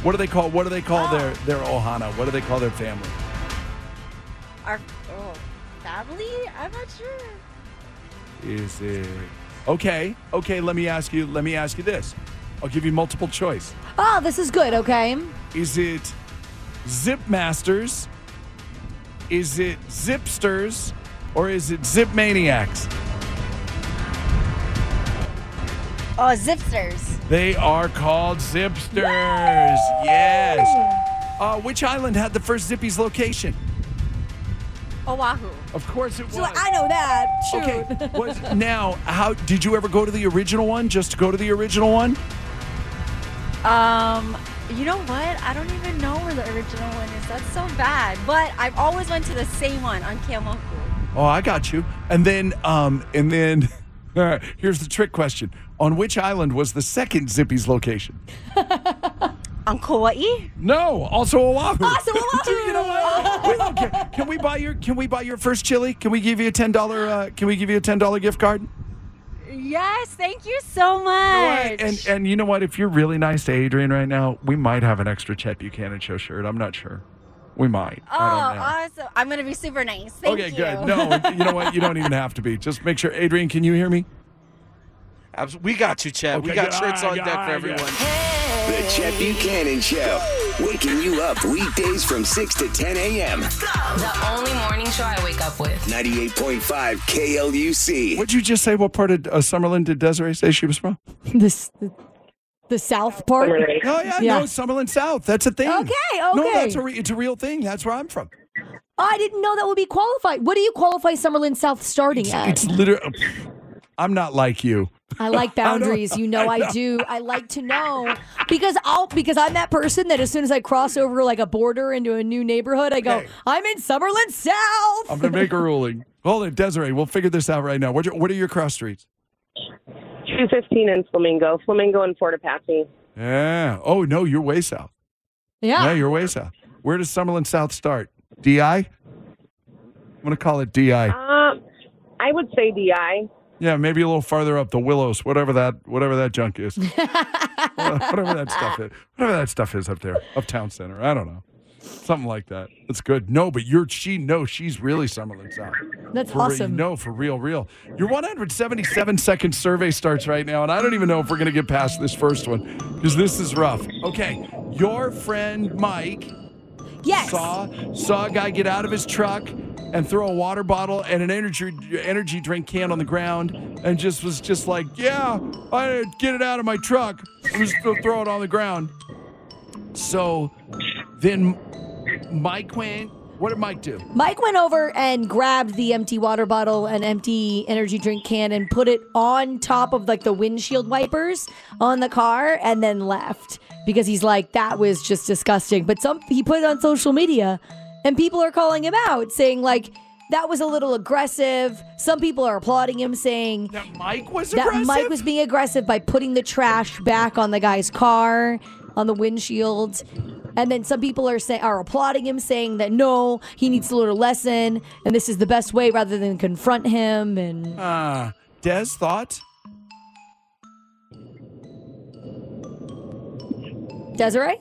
[SPEAKER 4] What do they call? What do they call their their Ohana? What do they call their family?
[SPEAKER 14] Our oh, family? I'm not sure.
[SPEAKER 4] Is it okay? Okay, let me ask you. Let me ask you this. I'll give you multiple choice.
[SPEAKER 5] Oh, this is good, okay?
[SPEAKER 4] Is it Zip Masters? Is it Zipsters? Or is it Zip Maniacs?
[SPEAKER 14] Oh, zipsters.
[SPEAKER 4] They are called Zipsters. Yes. Uh, which island had the first Zippy's location?
[SPEAKER 14] Oahu.
[SPEAKER 4] Of course it was.
[SPEAKER 5] I know that. Shoot.
[SPEAKER 4] Okay. Was, now, how did you ever go to the original one? Just to go to the original one?
[SPEAKER 14] Um, you know what? I don't even know where the original one is. That's so bad. But I've always went to the same one on Keomoku.
[SPEAKER 4] Oh, I got you. And then, um, and then, all right, here's the trick question: On which island was the second Zippy's location?
[SPEAKER 14] On Kauai?
[SPEAKER 4] No, also Oahu.
[SPEAKER 14] Also Oahu.
[SPEAKER 4] Dude, you know what? We don't care. Can we buy your Can we buy your first chili? Can we give you a ten dollar uh, Can we give you a ten dollar gift card?
[SPEAKER 14] Yes, thank you so
[SPEAKER 4] You know what?
[SPEAKER 14] much.
[SPEAKER 4] And and you know what? If you're really nice to Adrian right now, we might have an extra Chet Buchanan show shirt. I'm not sure. We might.
[SPEAKER 14] oh, awesome. I'm going to be super nice. Thank
[SPEAKER 4] okay,
[SPEAKER 14] you.
[SPEAKER 4] good. No, you know what? You don't even have to be. Just make sure, Adrian. Can you hear me?
[SPEAKER 15] Abs- We got you, Chad. we
[SPEAKER 4] Okay,
[SPEAKER 15] got
[SPEAKER 4] good.
[SPEAKER 15] shirts
[SPEAKER 4] Ah,
[SPEAKER 15] on deck
[SPEAKER 4] yeah,
[SPEAKER 15] for everyone.
[SPEAKER 2] The Chet Buchanan Show. Waking you up weekdays from 6 to 10 a.m.
[SPEAKER 16] The only morning show I wake up with.
[SPEAKER 2] 98.5 KLUC.
[SPEAKER 4] What'd you just say? What part of uh, Summerlin did Desiree say she was from?
[SPEAKER 5] This the, the South part.
[SPEAKER 4] Oh yeah, no, Summerlin South. That's a thing.
[SPEAKER 5] Okay,
[SPEAKER 4] No,
[SPEAKER 5] okay.
[SPEAKER 4] that's a re- it's a real thing. That's where I'm from.
[SPEAKER 5] I didn't know that would be qualified. What do you qualify Summerlin South starting at?
[SPEAKER 4] It's literally. I'm not like you.
[SPEAKER 5] I like
[SPEAKER 4] don't-
[SPEAKER 5] boundaries. you know I,
[SPEAKER 4] know.
[SPEAKER 5] do. I like to know because I'll because I'm that person that as soon as I cross over like a border into a new neighborhood, I go, I'm in Summerlin South.
[SPEAKER 4] I'm gonna make a ruling. Hold it, Desiree. We'll figure this out right now. What are, what are your cross streets?
[SPEAKER 17] 215 in Flamingo. Flamingo and Fort Apache.
[SPEAKER 4] Yeah. Oh no, you're way south.
[SPEAKER 17] Yeah.
[SPEAKER 4] Yeah, you're way south. Where does Summerlin South start? DI. I'm gonna call it DI.
[SPEAKER 17] Um, I would say DI.
[SPEAKER 4] Yeah, maybe a little farther up the Willows, whatever that whatever that junk is, whatever that stuff is, whatever that stuff is up there, uptown center. I don't know, something like that. That's good. No, but you're she no, she's really Summerlin South.
[SPEAKER 5] That's
[SPEAKER 4] for real-
[SPEAKER 5] awesome.
[SPEAKER 4] no, for real, real. Your 177 second survey starts right now, and I don't even know if we're gonna get past this first one because this is rough. Okay, your friend Mike
[SPEAKER 5] yes.
[SPEAKER 4] saw saw a guy get out of his truck and throw a water bottle and an energy energy drink can on the ground and just was just like, yeah, I get it out of my truck. I'm just gonna throw it on the ground. So then Mike went. What did Mike do?
[SPEAKER 5] Mike went over and grabbed the empty water bottle and empty energy drink can and put it on top of like the windshield wipers on the car and then left because he's like that was just disgusting. But some he put it on social media and people are calling him out saying like that was a little aggressive. Some people are applauding him saying
[SPEAKER 4] that Mike was
[SPEAKER 5] that Mike
[SPEAKER 4] aggressive?
[SPEAKER 5] was being aggressive by putting the trash back on the guy's car on the windshield. And then some people are saying are applauding him, saying that no, he needs to learn a lesson, and this is the best way rather than confront him. And
[SPEAKER 4] Uh, Des thought.
[SPEAKER 5] Desiree,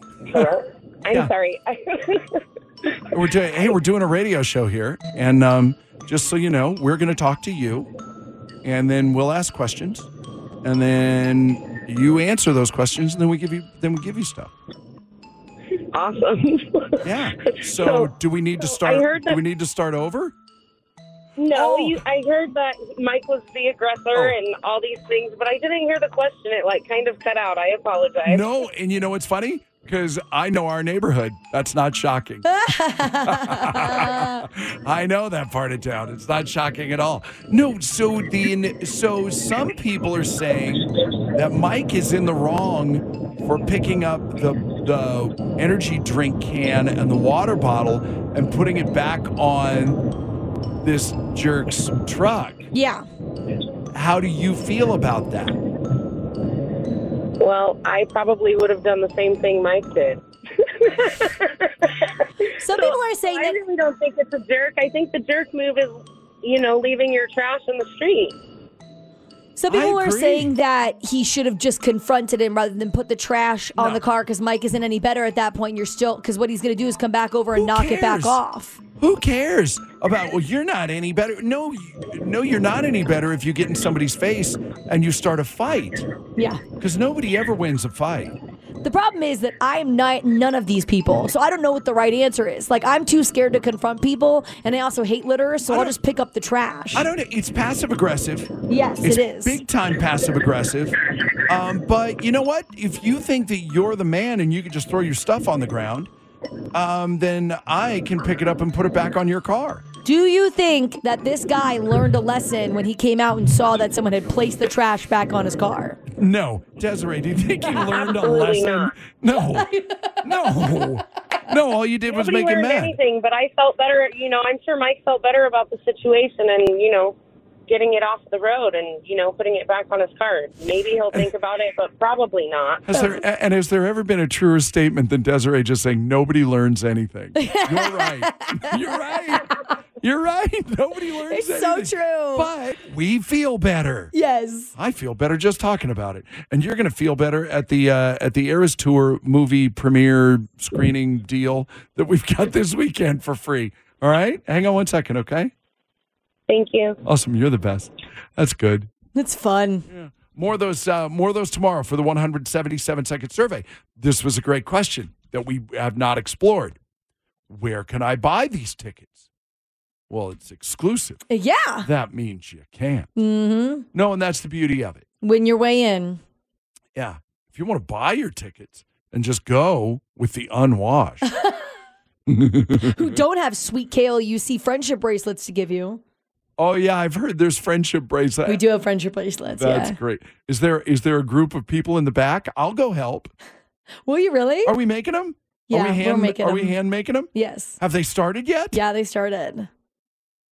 [SPEAKER 17] I'm sorry.
[SPEAKER 4] We're doing, hey, we're doing a radio show here, and um, just so you know, we're going to talk to you and then we'll ask questions, and then you answer those questions, and then we give you then we give you stuff.
[SPEAKER 17] Awesome.
[SPEAKER 4] yeah. So, do we need to start?
[SPEAKER 17] heard
[SPEAKER 4] do
[SPEAKER 17] that-
[SPEAKER 4] we need to start over?
[SPEAKER 17] No, you, I heard that Mike was the aggressor
[SPEAKER 4] Oh.
[SPEAKER 17] and all these things, but I didn't hear the question. It like kind of cut out. I apologize.
[SPEAKER 4] No. And you know what's funny? Because I know our neighborhood. That's not shocking. I know that part of town. It's not shocking at all. No, so the so some people are saying that Mike is in the wrong for picking up the the energy drink can and the water bottle and putting it back on this jerk's truck.
[SPEAKER 5] Yeah.
[SPEAKER 4] How do you feel about that?
[SPEAKER 17] Well, I probably would have done the same thing Mike did.
[SPEAKER 5] Some people are saying
[SPEAKER 17] I really don't think it's a jerk. I think the jerk move is, you know, leaving your trash in the street.
[SPEAKER 5] Some
[SPEAKER 17] I
[SPEAKER 5] people are
[SPEAKER 17] agree.
[SPEAKER 5] saying that he should have just confronted him rather than put the trash on the car because Mike isn't any better at that point. You're still because what he's going to do is come back over and knock it back
[SPEAKER 4] cares?
[SPEAKER 5] off.
[SPEAKER 4] Who cares about? Well, you're not any better. No, you- no, you're not any better if you get in somebody's face and you start a fight.
[SPEAKER 5] Yeah.
[SPEAKER 4] Because nobody ever wins a fight.
[SPEAKER 5] The problem is that I'm not none of these people, so I don't know what the right answer is. Like I'm too scared to confront people, and I also hate litter, so I'll just pick up the trash.
[SPEAKER 4] I don't. know. It's passive aggressive.
[SPEAKER 5] Yes,
[SPEAKER 4] it's
[SPEAKER 5] it is.
[SPEAKER 4] Big time passive aggressive. Um, but you know what? If you think that you're the man and you can just throw your stuff on the ground, um, then I can pick it up and put it back on your car.
[SPEAKER 5] Do you think that this guy learned a lesson when he came out and saw that someone had placed the trash back on his car?
[SPEAKER 4] No, Desiree, do you think you learned a
[SPEAKER 17] Absolutely
[SPEAKER 4] lesson? No, no, no. All you did was
[SPEAKER 17] Nobody
[SPEAKER 4] make him
[SPEAKER 17] learned
[SPEAKER 4] mad.
[SPEAKER 17] anything, but I felt better. You know, I'm sure Mike felt better about the situation and you know, getting it off the road and you know, putting it back on his car. Maybe he'll think about it, but probably not.
[SPEAKER 4] Has there a- and has there ever been a truer statement than Desiree just saying nobody learns anything? You're right. You're right. You're right. Nobody learns
[SPEAKER 5] It's so
[SPEAKER 4] anything.
[SPEAKER 5] true.
[SPEAKER 4] But we feel better.
[SPEAKER 5] Yes.
[SPEAKER 4] I feel better just talking about it, and you're going to feel better at the uh, at the Eras Tour movie premiere screening deal that we've got this weekend for free. All right, hang on one second, okay?
[SPEAKER 17] Thank you.
[SPEAKER 4] Awesome, you're the best. That's good.
[SPEAKER 5] It's fun.
[SPEAKER 4] More of those, uh, more of those tomorrow for the 177 second survey. This was a great question that we have not explored. Where can I buy these tickets? Well, it's exclusive.
[SPEAKER 5] Yeah.
[SPEAKER 4] That means you can.
[SPEAKER 5] Mm-hmm.
[SPEAKER 4] No, and that's the beauty of it.
[SPEAKER 5] Win your way in.
[SPEAKER 4] Yeah. If you want to buy your tickets and just go with the unwashed.
[SPEAKER 5] Who don't have sweet kale UC friendship bracelets to give you?
[SPEAKER 4] oh yeah, I've heard there's friendship bracelets.
[SPEAKER 5] We do have friendship bracelets.
[SPEAKER 4] That's
[SPEAKER 5] yeah.
[SPEAKER 4] great. Is there is there a group of people in the back? I'll go help.
[SPEAKER 5] Will you really?
[SPEAKER 4] Are we making them?
[SPEAKER 5] Yeah,
[SPEAKER 4] are we hand,
[SPEAKER 5] we're making
[SPEAKER 4] Are
[SPEAKER 5] them.
[SPEAKER 4] we hand making them?
[SPEAKER 5] Yes.
[SPEAKER 4] Have they started yet?
[SPEAKER 5] Yeah, they started.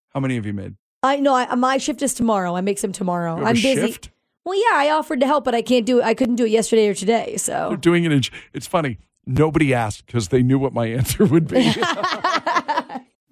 [SPEAKER 4] How many have you made?
[SPEAKER 5] I know. I, my shift is tomorrow. I make some tomorrow.
[SPEAKER 4] You have
[SPEAKER 5] I'm
[SPEAKER 4] a
[SPEAKER 5] busy.
[SPEAKER 4] shift?
[SPEAKER 5] Well, yeah, I offered to help, but I can't do it. I couldn't do it yesterday or today.
[SPEAKER 4] They're
[SPEAKER 5] So
[SPEAKER 4] doing it. In, it's funny. Nobody asked because they knew what my answer would be.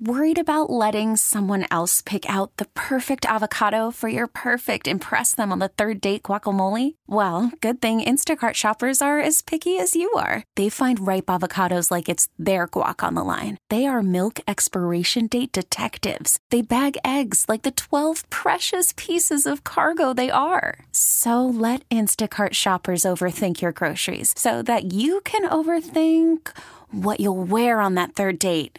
[SPEAKER 18] Worried about letting someone else pick out the perfect avocado for your perfect impress them on the third date guacamole? Well, good thing Instacart shoppers are as picky as you are. They find ripe avocados like it's their guac on the line. They are milk expiration date detectives. They bag eggs like the 12 precious pieces of cargo they are. So let Instacart shoppers overthink your groceries so that you can overthink what you'll wear on that third date.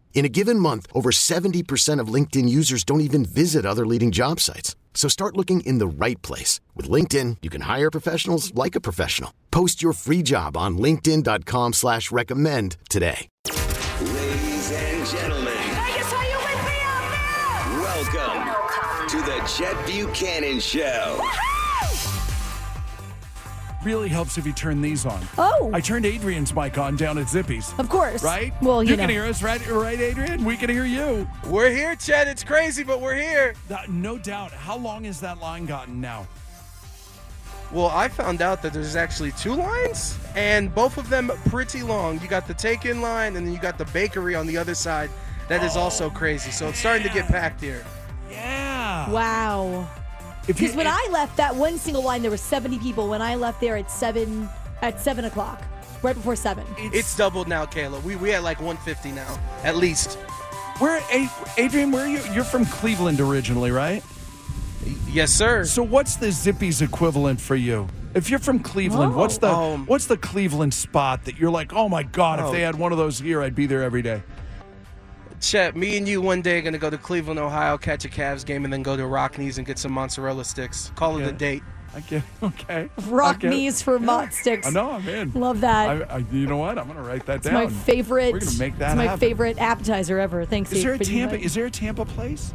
[SPEAKER 19] In a given month, over 70% of LinkedIn users don't even visit other leading job sites. So start looking in the right place. With LinkedIn, you can hire professionals like a professional. Post your free job on linkedin.com slash recommend today.
[SPEAKER 2] Ladies and gentlemen. Vegas, how you with me out there? Welcome to the Chet Buchanan Show.
[SPEAKER 4] Really helps if you turn these on.
[SPEAKER 5] Oh.
[SPEAKER 4] I turned Adrian's mic on down at Zippy's.
[SPEAKER 5] Of course.
[SPEAKER 4] Right?
[SPEAKER 5] Well, you,
[SPEAKER 4] can
[SPEAKER 5] know.
[SPEAKER 4] hear us, right? Right, Adrian? We can hear you.
[SPEAKER 15] We're here, Chad. It's crazy, but we're here.
[SPEAKER 4] no doubt. How long has that line gotten now?
[SPEAKER 15] Well, I found out that there's actually two lines, and both of them pretty long. You got the take in line, and then you got the bakery on the other side. That is also
[SPEAKER 5] Oh,
[SPEAKER 15] crazy. So it's starting to get packed here.
[SPEAKER 4] Yeah.
[SPEAKER 5] Wow.
[SPEAKER 4] If you-
[SPEAKER 5] Because when
[SPEAKER 4] if-
[SPEAKER 5] I left that one single line, there were 70 people. When I left there at seven at seven o'clock, right before seven.
[SPEAKER 15] It's, doubled now, Kayla. We we at like 150 now, at least.
[SPEAKER 4] Where, A- Adrian, where are you? You're from Cleveland originally, right?
[SPEAKER 15] Yes, sir.
[SPEAKER 4] So what's the Zippy's equivalent for you? If you're from Cleveland, what's the what's the Cleveland spot that you're like, oh my god,
[SPEAKER 15] Oh.
[SPEAKER 4] if they had one of those here, I'd be there every day.
[SPEAKER 15] Chet, me and you one day are gonna go to Cleveland, Ohio, catch a Cavs game, and then go to Rockneys and get some mozzarella sticks. Call it a date.
[SPEAKER 4] I get okay.
[SPEAKER 5] Rock
[SPEAKER 4] Okay.
[SPEAKER 5] knees for mott sticks.
[SPEAKER 4] I know I'm in.
[SPEAKER 5] Love that.
[SPEAKER 4] I, I, you know what? I'm gonna write that
[SPEAKER 5] it's
[SPEAKER 4] down.
[SPEAKER 5] my favorite.
[SPEAKER 4] We're gonna make that
[SPEAKER 5] it's my
[SPEAKER 4] happen.
[SPEAKER 5] favorite appetizer ever. Thanks.
[SPEAKER 4] Is
[SPEAKER 5] Dave,
[SPEAKER 4] there a
[SPEAKER 5] for the
[SPEAKER 4] Tampa?
[SPEAKER 5] invite.
[SPEAKER 4] Is there a Tampa place?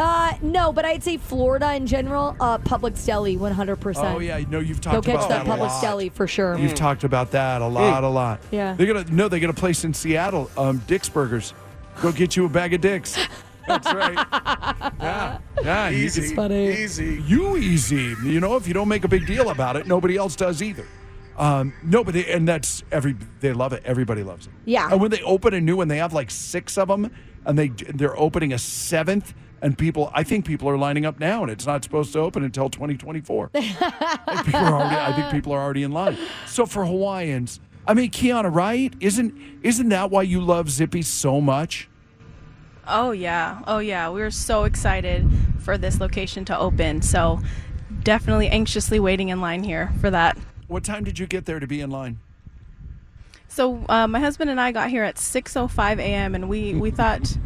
[SPEAKER 5] Uh, no, but I'd say Florida in general. Uh, Publix deli, 100. percent
[SPEAKER 4] Oh yeah, no, you've
[SPEAKER 5] Go
[SPEAKER 4] talked
[SPEAKER 5] catch
[SPEAKER 4] about
[SPEAKER 5] that
[SPEAKER 4] that, a
[SPEAKER 5] Publix
[SPEAKER 4] lot.
[SPEAKER 5] deli for sure. Mm.
[SPEAKER 4] You've talked about that a lot, a lot.
[SPEAKER 5] Yeah.
[SPEAKER 4] They're gonna no, they got a place in Seattle, um, Dick's Burgers. Go get you a bag of dicks. That's right. Yeah. Yeah, you
[SPEAKER 15] Easy,
[SPEAKER 4] can-
[SPEAKER 15] funny. easy.
[SPEAKER 4] You easy. You know, if you don't make a big deal about it, nobody else does either. Um, nobody, and that's every. They love it. Everybody loves it.
[SPEAKER 5] Yeah.
[SPEAKER 4] And when they open a new one, they have like six of them, and they they're opening a seventh, and people. I think people are lining up now, and it's not supposed to open until 2024. Like, people are already, I think people are already in line. So for Hawaiians, I mean, Kiana, right? Isn't isn't that why you love Zippy so much?
[SPEAKER 8] Oh, yeah. Oh, yeah. We were so excited for this location to open. So definitely anxiously waiting in line here for that.
[SPEAKER 4] What time did you get there to be in line?
[SPEAKER 8] So uh, my husband and I got here at 6:05 a.m. and we we thought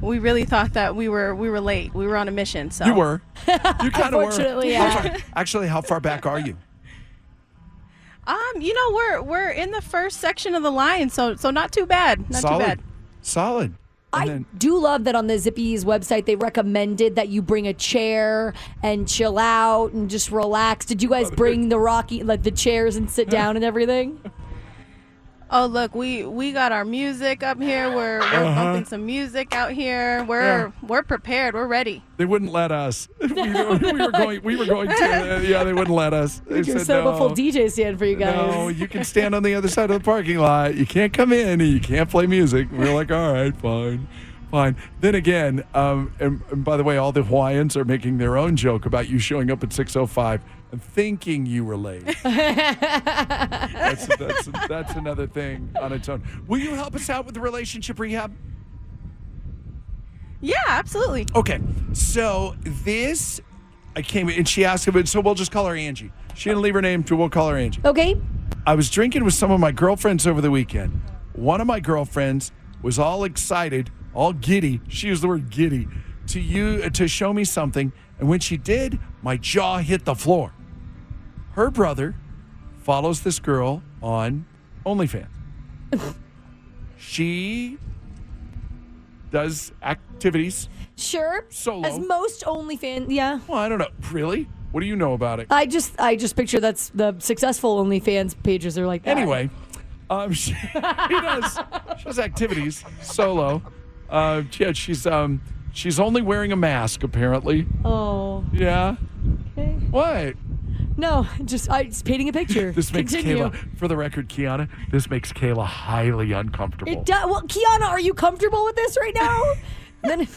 [SPEAKER 8] we really thought that we were we were late. We were on a mission. So
[SPEAKER 4] You were. You kind of were.
[SPEAKER 8] Unfortunately,
[SPEAKER 4] How
[SPEAKER 8] yeah.
[SPEAKER 4] far- actually, how far back are you?
[SPEAKER 8] Um, you know we're we're in the first section of the line, so so not too bad. Not
[SPEAKER 4] Solid.
[SPEAKER 8] too bad.
[SPEAKER 4] Solid.
[SPEAKER 5] I do love that on the Zippy's website they recommended that you bring a chair and chill out and just relax. Did you guys bring the rocky like the chairs and sit down and everything?
[SPEAKER 8] Oh look, we we got our music up here. We're we're
[SPEAKER 4] Uh-huh.
[SPEAKER 8] bumping some music out here. We're we're prepared. We're ready.
[SPEAKER 4] They wouldn't let us. we, were, we were going. We were going to. yeah, they wouldn't let us. They
[SPEAKER 5] You're
[SPEAKER 4] said,
[SPEAKER 5] set up a full
[SPEAKER 4] "No,
[SPEAKER 5] DJ stand for you guys.
[SPEAKER 4] No, you can stand on the other side of the parking lot. You can't come in. and You can't play music. And we we're like, all right, fine, fine. Then again, um, and, and by the way, all the Hawaiians are making their own joke about you showing up at six oh five and thinking you were late. that's, that's that's another thing on its own. Will you help us out with the relationship rehab?
[SPEAKER 8] Yeah, absolutely.
[SPEAKER 4] Okay, so this, I came and she asked him, so we'll just call her Angie. She didn't leave her name, so we'll call her Angie.
[SPEAKER 5] Okay.
[SPEAKER 4] I was drinking with some of my girlfriends over the weekend. One of my girlfriends was all excited, all giddy. She used the word giddy to you to show me something, and when she did, my jaw hit the floor. Her brother follows this girl on OnlyFans. she does activities
[SPEAKER 5] Sure.
[SPEAKER 4] Solo.
[SPEAKER 5] As most OnlyFans, yeah.
[SPEAKER 4] Well, I don't know. Really? What do you know about it?
[SPEAKER 5] I just I just picture that's the successful OnlyFans pages are like that.
[SPEAKER 4] Anyway, um, she, she does she does activities solo. Uh, yeah, she's um, she's only wearing a mask apparently.
[SPEAKER 5] Oh
[SPEAKER 4] Yeah.
[SPEAKER 5] Okay.
[SPEAKER 4] What?
[SPEAKER 5] no, just I just painting a picture.
[SPEAKER 4] This makes
[SPEAKER 5] Continue.
[SPEAKER 4] Kayla, for the record, Kiana, this makes Kayla highly uncomfortable.
[SPEAKER 5] It does. Well, Kiana, are you comfortable with this right now?
[SPEAKER 4] Oh.
[SPEAKER 5] then,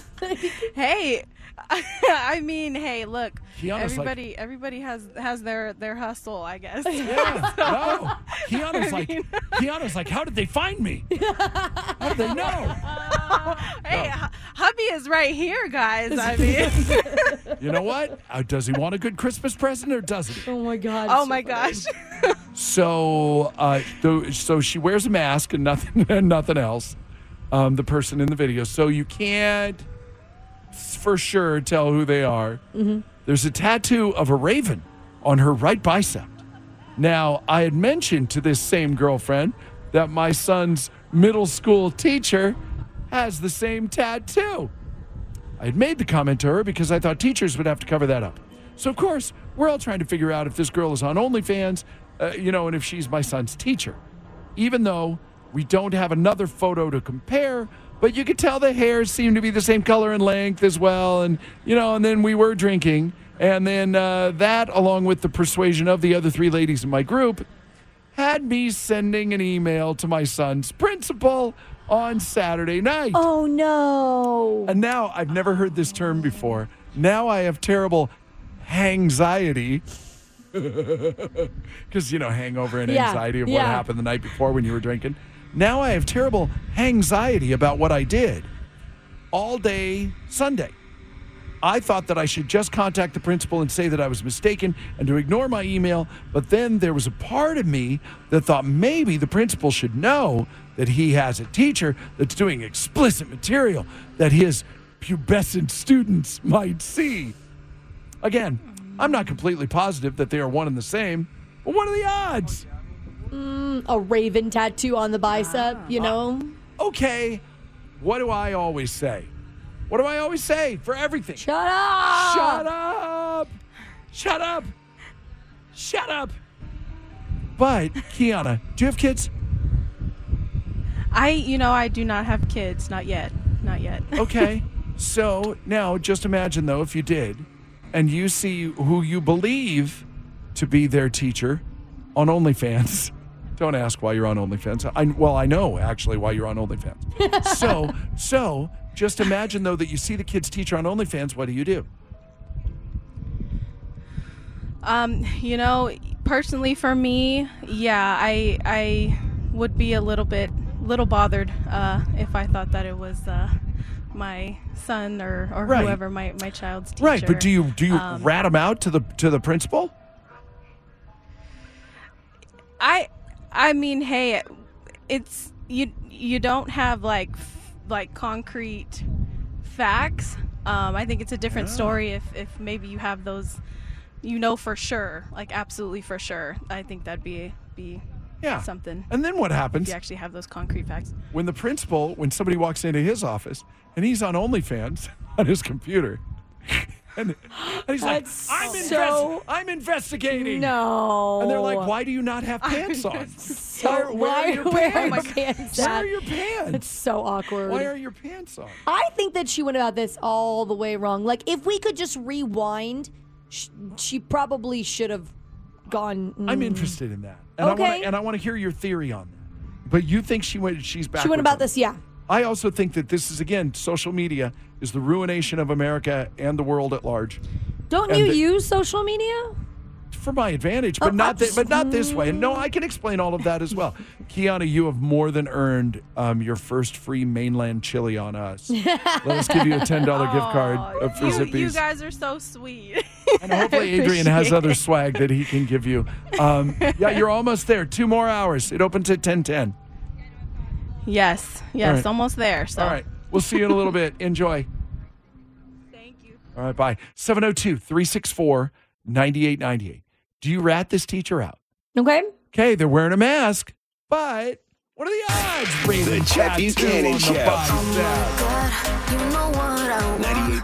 [SPEAKER 8] hey, I mean, hey, look,
[SPEAKER 4] Kiana's like-
[SPEAKER 8] everybody everybody has has their their hustle, I guess.
[SPEAKER 4] Yeah, no. Kiana's like, Kiana's like, how did they find me? How did they know?
[SPEAKER 8] Uh, hey, hu- hubby is right here, guys. I mean,
[SPEAKER 4] You know what? Uh, does he want a good Christmas present or doesn't he?
[SPEAKER 5] oh my god.
[SPEAKER 8] oh my gosh.
[SPEAKER 4] So, uh, th- so she wears a mask and nothing and nothing else. Um, the person in the video, so you can't for sure tell who they are.
[SPEAKER 5] Mhm.
[SPEAKER 4] There's a tattoo of a raven on her right bicep. Now, I had mentioned to this same girlfriend that my son's middle school teacher has the same tattoo. I had made the comment to her because I thought teachers would have to cover that up. So, of course, we're all trying to figure out if this girl is on OnlyFans, uh, you know, and if she's my son's teacher. Even though we don't have another photo to compare, but you could tell the hairs seem to be the same color and length as well. And, you know, and then we were drinking. And then uh, that, along with the persuasion of the other three ladies in my group, had me sending an email to my son's principal on Saturday night.
[SPEAKER 5] Oh no.
[SPEAKER 4] And now I've never heard this term before. Now I have terrible anxiety. Because, you know, hangover and
[SPEAKER 3] Yeah,
[SPEAKER 4] anxiety of what
[SPEAKER 3] yeah.
[SPEAKER 4] happened the night before when you were drinking. Now I have terrible anxiety about what I did all day Sunday. I thought that I should just contact the principal and say that I was mistaken and to ignore my email. But then there was a part of me that thought maybe the principal should know that he has a teacher that's doing explicit material that his pubescent students might see. Again, I'm not completely positive that they are one and the same, but what are the odds?
[SPEAKER 5] Mm, a raven tattoo on the bicep,
[SPEAKER 4] Ah.
[SPEAKER 5] you know?
[SPEAKER 4] Okay. What do I always say? What do I always say for everything?
[SPEAKER 5] Shut up!
[SPEAKER 4] Shut up! Shut up! Shut up! But Kiana, do you have kids?
[SPEAKER 8] I, you know, I do not have kids. Not yet. Not yet.
[SPEAKER 4] Okay. so now just imagine though if you did, and you see who you believe to be their teacher on OnlyFans. Don't ask why you're on OnlyFans. I well, I know actually why you're on OnlyFans. so so just imagine though that you see the kid's teacher on OnlyFans. What do you do?
[SPEAKER 8] Um, you know, personally for me, yeah, I I would be a little bit little bothered uh, if I thought that it was uh, my son or, or
[SPEAKER 4] Right.
[SPEAKER 8] whoever my, my child's teacher.
[SPEAKER 4] Right, but do you do you
[SPEAKER 8] Um,
[SPEAKER 4] rat him out to the to the principal?
[SPEAKER 8] I I mean, hey, it's you you don't have like f- like concrete facts. Um, I think it's a different
[SPEAKER 13] Yeah.
[SPEAKER 8] story if if maybe you have those you know for sure, like absolutely for sure. I think that'd be be
[SPEAKER 4] Yeah.
[SPEAKER 8] something.
[SPEAKER 4] And then what happens?
[SPEAKER 8] If you actually have those concrete facts.
[SPEAKER 4] When the principal, when somebody walks into his office and he's on OnlyFans on his computer, and, and he's
[SPEAKER 3] That's
[SPEAKER 4] like, "I'm
[SPEAKER 3] so-
[SPEAKER 4] invest- I'm investigating."
[SPEAKER 5] No.
[SPEAKER 4] And they're like, "Why do you not have pants on? Oh, why, are- where
[SPEAKER 5] why
[SPEAKER 4] are your
[SPEAKER 5] where are
[SPEAKER 4] pants?
[SPEAKER 5] your pants
[SPEAKER 4] Where
[SPEAKER 5] at?
[SPEAKER 4] are your pants?
[SPEAKER 5] It's so awkward.
[SPEAKER 4] Why are your pants on?"
[SPEAKER 5] I think that she went about this all the way wrong. Like, if we could just rewind, sh- she probably should have gone.
[SPEAKER 4] I'm
[SPEAKER 5] mm.
[SPEAKER 4] interested in that, and I want
[SPEAKER 5] Okay.
[SPEAKER 4] to, and I want to hear your theory on that. But you think she went? She's back.
[SPEAKER 5] She went about this, yeah.
[SPEAKER 4] I also think that this is again social media is the ruination of America and the world at large.
[SPEAKER 5] Don't
[SPEAKER 4] And
[SPEAKER 5] you
[SPEAKER 4] the-
[SPEAKER 5] use social media?
[SPEAKER 4] for my advantage,
[SPEAKER 5] Oh,
[SPEAKER 4] but not that, but not this way. And no, I can explain all of that as well. Kiana, you have more than earned um, your first free mainland chili on us. Let us give you a ten dollar gift card uh, for
[SPEAKER 8] Oh, You, you
[SPEAKER 4] Zippies,
[SPEAKER 8] guys are so sweet.
[SPEAKER 4] and hopefully Adrian has
[SPEAKER 8] Appreciate
[SPEAKER 4] other
[SPEAKER 8] it.
[SPEAKER 4] swag that he can give you. Um, yeah, you're almost there. Two more hours. It opens at ten ten.
[SPEAKER 8] Yes, yes,
[SPEAKER 4] right.
[SPEAKER 8] almost there. So
[SPEAKER 4] All right, we'll see you in a little bit. Enjoy. Thank you. All right, bye. 702 364 9898. Do you rat this teacher out?
[SPEAKER 5] Okay.
[SPEAKER 4] Okay, they're wearing a mask, but what are the odds? Raven
[SPEAKER 2] The Jeff
[SPEAKER 4] tattoo
[SPEAKER 2] Buchanan
[SPEAKER 4] on the
[SPEAKER 2] Show.
[SPEAKER 4] bicep.
[SPEAKER 2] 98.5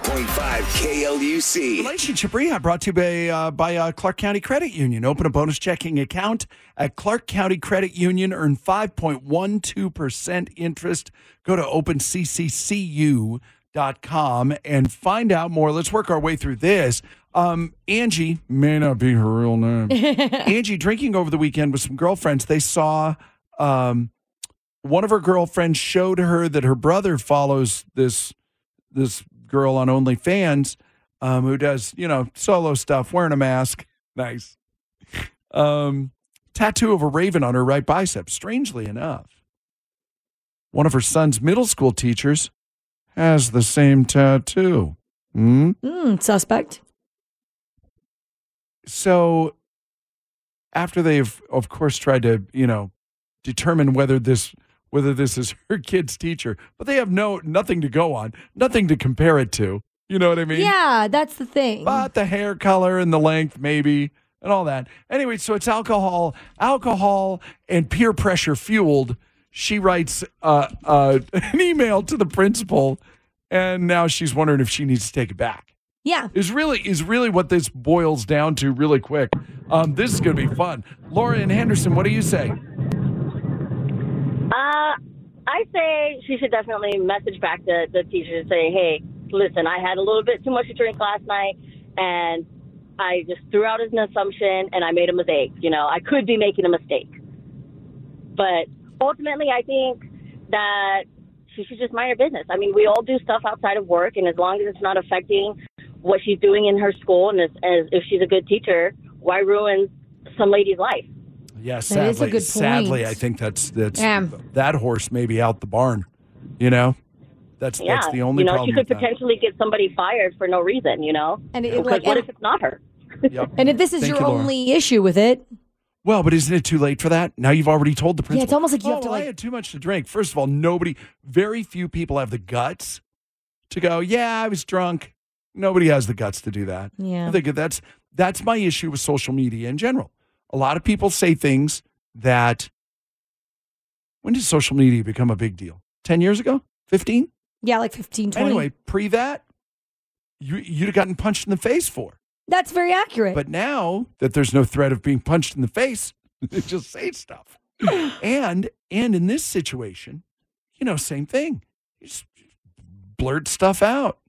[SPEAKER 2] KLUC.
[SPEAKER 4] Relationship Rehab brought to you by, uh, by uh, Clark County Credit Union. Open a bonus checking account at Clark County Credit Union. Earn 5.12% interest. Go to opencccu.com and find out more. Let's work our way through this. Um, Angie may not be her real name. Angie drinking over the weekend with some girlfriends. They saw um, one of her girlfriends showed her that her brother follows this this girl on OnlyFans um, who does you know solo stuff, wearing a mask, nice um, tattoo of a raven on her right bicep. Strangely enough, one of her son's middle school teachers has the same tattoo. Hmm?
[SPEAKER 5] Mm, suspect.
[SPEAKER 4] so after they've of course tried to you know determine whether this whether this is her kid's teacher but they have no nothing to go on nothing to compare it to You know what I mean?
[SPEAKER 5] Yeah, that's the thing.
[SPEAKER 4] But the hair color and the length, maybe, and all that. Anyway, so it's alcohol, alcohol and peer pressure fueled. She writes uh, uh, an email to the principal, and now she's wondering if she needs to take it back.
[SPEAKER 5] Yeah,
[SPEAKER 4] is really is really what this boils down to. Really quick, um, this is going to be fun. Laura and Henderson, what do you say?
[SPEAKER 20] Uh, I say she should definitely message back the, the teacher and say, hey, listen, I had a little bit too much to drink last night, and I just threw out as an assumption, and I made a mistake. You know, I could be making a mistake. But ultimately, I think that she should just mind her business. I mean, we all do stuff outside of work, and as long as it's not affecting what she's doing in her school and as, as if she's a good teacher, why ruin some lady's life?
[SPEAKER 4] Yeah,
[SPEAKER 5] That is a
[SPEAKER 4] sadly,
[SPEAKER 5] good
[SPEAKER 4] sadly,
[SPEAKER 5] point.
[SPEAKER 4] I think that's that's
[SPEAKER 5] Yeah.
[SPEAKER 4] that horse may be out the barn. You know, that's
[SPEAKER 20] Yeah,
[SPEAKER 4] that's the only
[SPEAKER 20] you know,
[SPEAKER 4] problem.
[SPEAKER 20] she could
[SPEAKER 4] with that.
[SPEAKER 20] potentially get somebody fired for no reason. You know,
[SPEAKER 5] And it-
[SPEAKER 20] Because
[SPEAKER 5] like-
[SPEAKER 20] what
[SPEAKER 5] and-
[SPEAKER 20] if it's not her?
[SPEAKER 5] And if this is
[SPEAKER 4] Thank
[SPEAKER 5] your
[SPEAKER 4] you, Laura.
[SPEAKER 5] only issue with it,
[SPEAKER 4] Well, but isn't it too late for that? Now you've already told the principal.
[SPEAKER 5] yeah, it's almost like you
[SPEAKER 4] oh,
[SPEAKER 5] have to
[SPEAKER 4] well,
[SPEAKER 5] like
[SPEAKER 4] I had too much to drink. First of all, nobody, very few people have the guts to go. Yeah, I was drunk. Nobody has the guts to do that.
[SPEAKER 5] Yeah.
[SPEAKER 4] I think that's that's my issue with social media in general. A lot of people say things that. When did social media become a big deal? Ten years ago? Fifteen?
[SPEAKER 5] yeah, like 15, 20.
[SPEAKER 4] Anyway, pre that, you you'd have gotten punched in the face for.
[SPEAKER 5] That's very accurate.
[SPEAKER 4] But now that there's no threat of being punched in the face, they just say stuff. and and in this situation, you know, same thing. You just blurt stuff out.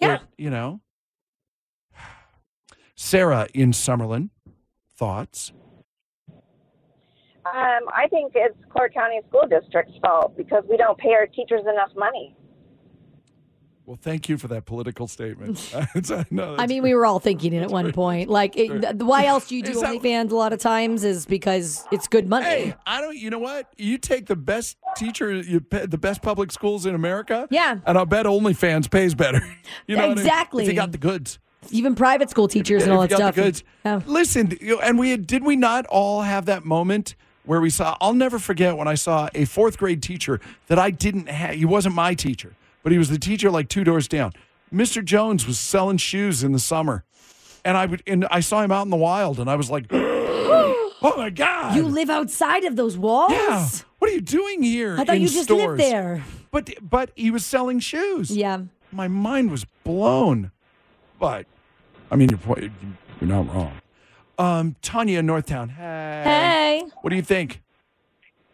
[SPEAKER 5] Yeah.
[SPEAKER 4] Blurt- you know. Sarah in Summerlin, thoughts?
[SPEAKER 21] Um, I think it's Clark County School District's fault because we don't pay our teachers enough money.
[SPEAKER 4] Well, thank you for that political statement. I know
[SPEAKER 5] I
[SPEAKER 4] that's-
[SPEAKER 5] mean, we were all thinking it at one point. Like, it,
[SPEAKER 4] right.
[SPEAKER 5] th- why else do you do
[SPEAKER 4] Is that-
[SPEAKER 5] OnlyFans a lot of times is because it's good money.
[SPEAKER 4] Hey, I don't. You know what? You take the best teacher, you pay, the best public schools in America.
[SPEAKER 5] Yeah.
[SPEAKER 4] and I'll bet OnlyFans pays better. You know what I mean?
[SPEAKER 5] Exactly.
[SPEAKER 4] If you got the goods.
[SPEAKER 5] Even private school teachers and all
[SPEAKER 4] If
[SPEAKER 5] that
[SPEAKER 4] you
[SPEAKER 5] stuff.
[SPEAKER 4] got the goods. Listen, you know, and we had- did we not all have that moment where we saw? I'll never forget when I saw a fourth grade teacher that I didn't have. He wasn't my teacher, but he was the teacher like two doors down. Mr. Jones was selling shoes in the summer, and I would and I saw him out in the wild, and I was like, Oh my God!
[SPEAKER 5] You live outside of those walls?
[SPEAKER 4] Yeah. What are you doing here?
[SPEAKER 5] I thought
[SPEAKER 4] in
[SPEAKER 5] you just
[SPEAKER 4] stores?
[SPEAKER 5] lived there.
[SPEAKER 4] But but he was selling shoes.
[SPEAKER 5] Yeah.
[SPEAKER 4] My mind was blown. But I mean, your point, you're not wrong. Um, Tanya in Northtown. Hey.
[SPEAKER 22] Hey.
[SPEAKER 4] What do you think?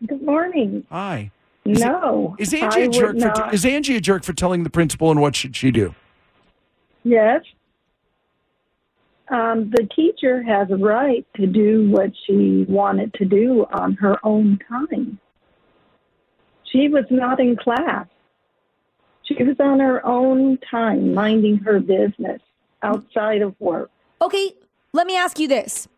[SPEAKER 22] Good morning.
[SPEAKER 4] Hi.
[SPEAKER 22] No.
[SPEAKER 4] Is Angie a
[SPEAKER 22] I
[SPEAKER 4] jerk
[SPEAKER 22] would
[SPEAKER 4] for
[SPEAKER 22] not.
[SPEAKER 4] is Angie a jerk for telling the principal and what should she do?
[SPEAKER 22] Yes. Um, the teacher has a right to do what she wanted to do on her own time. She was not in class. She was on her own time, minding her business outside of work.
[SPEAKER 5] Okay, let me ask you this.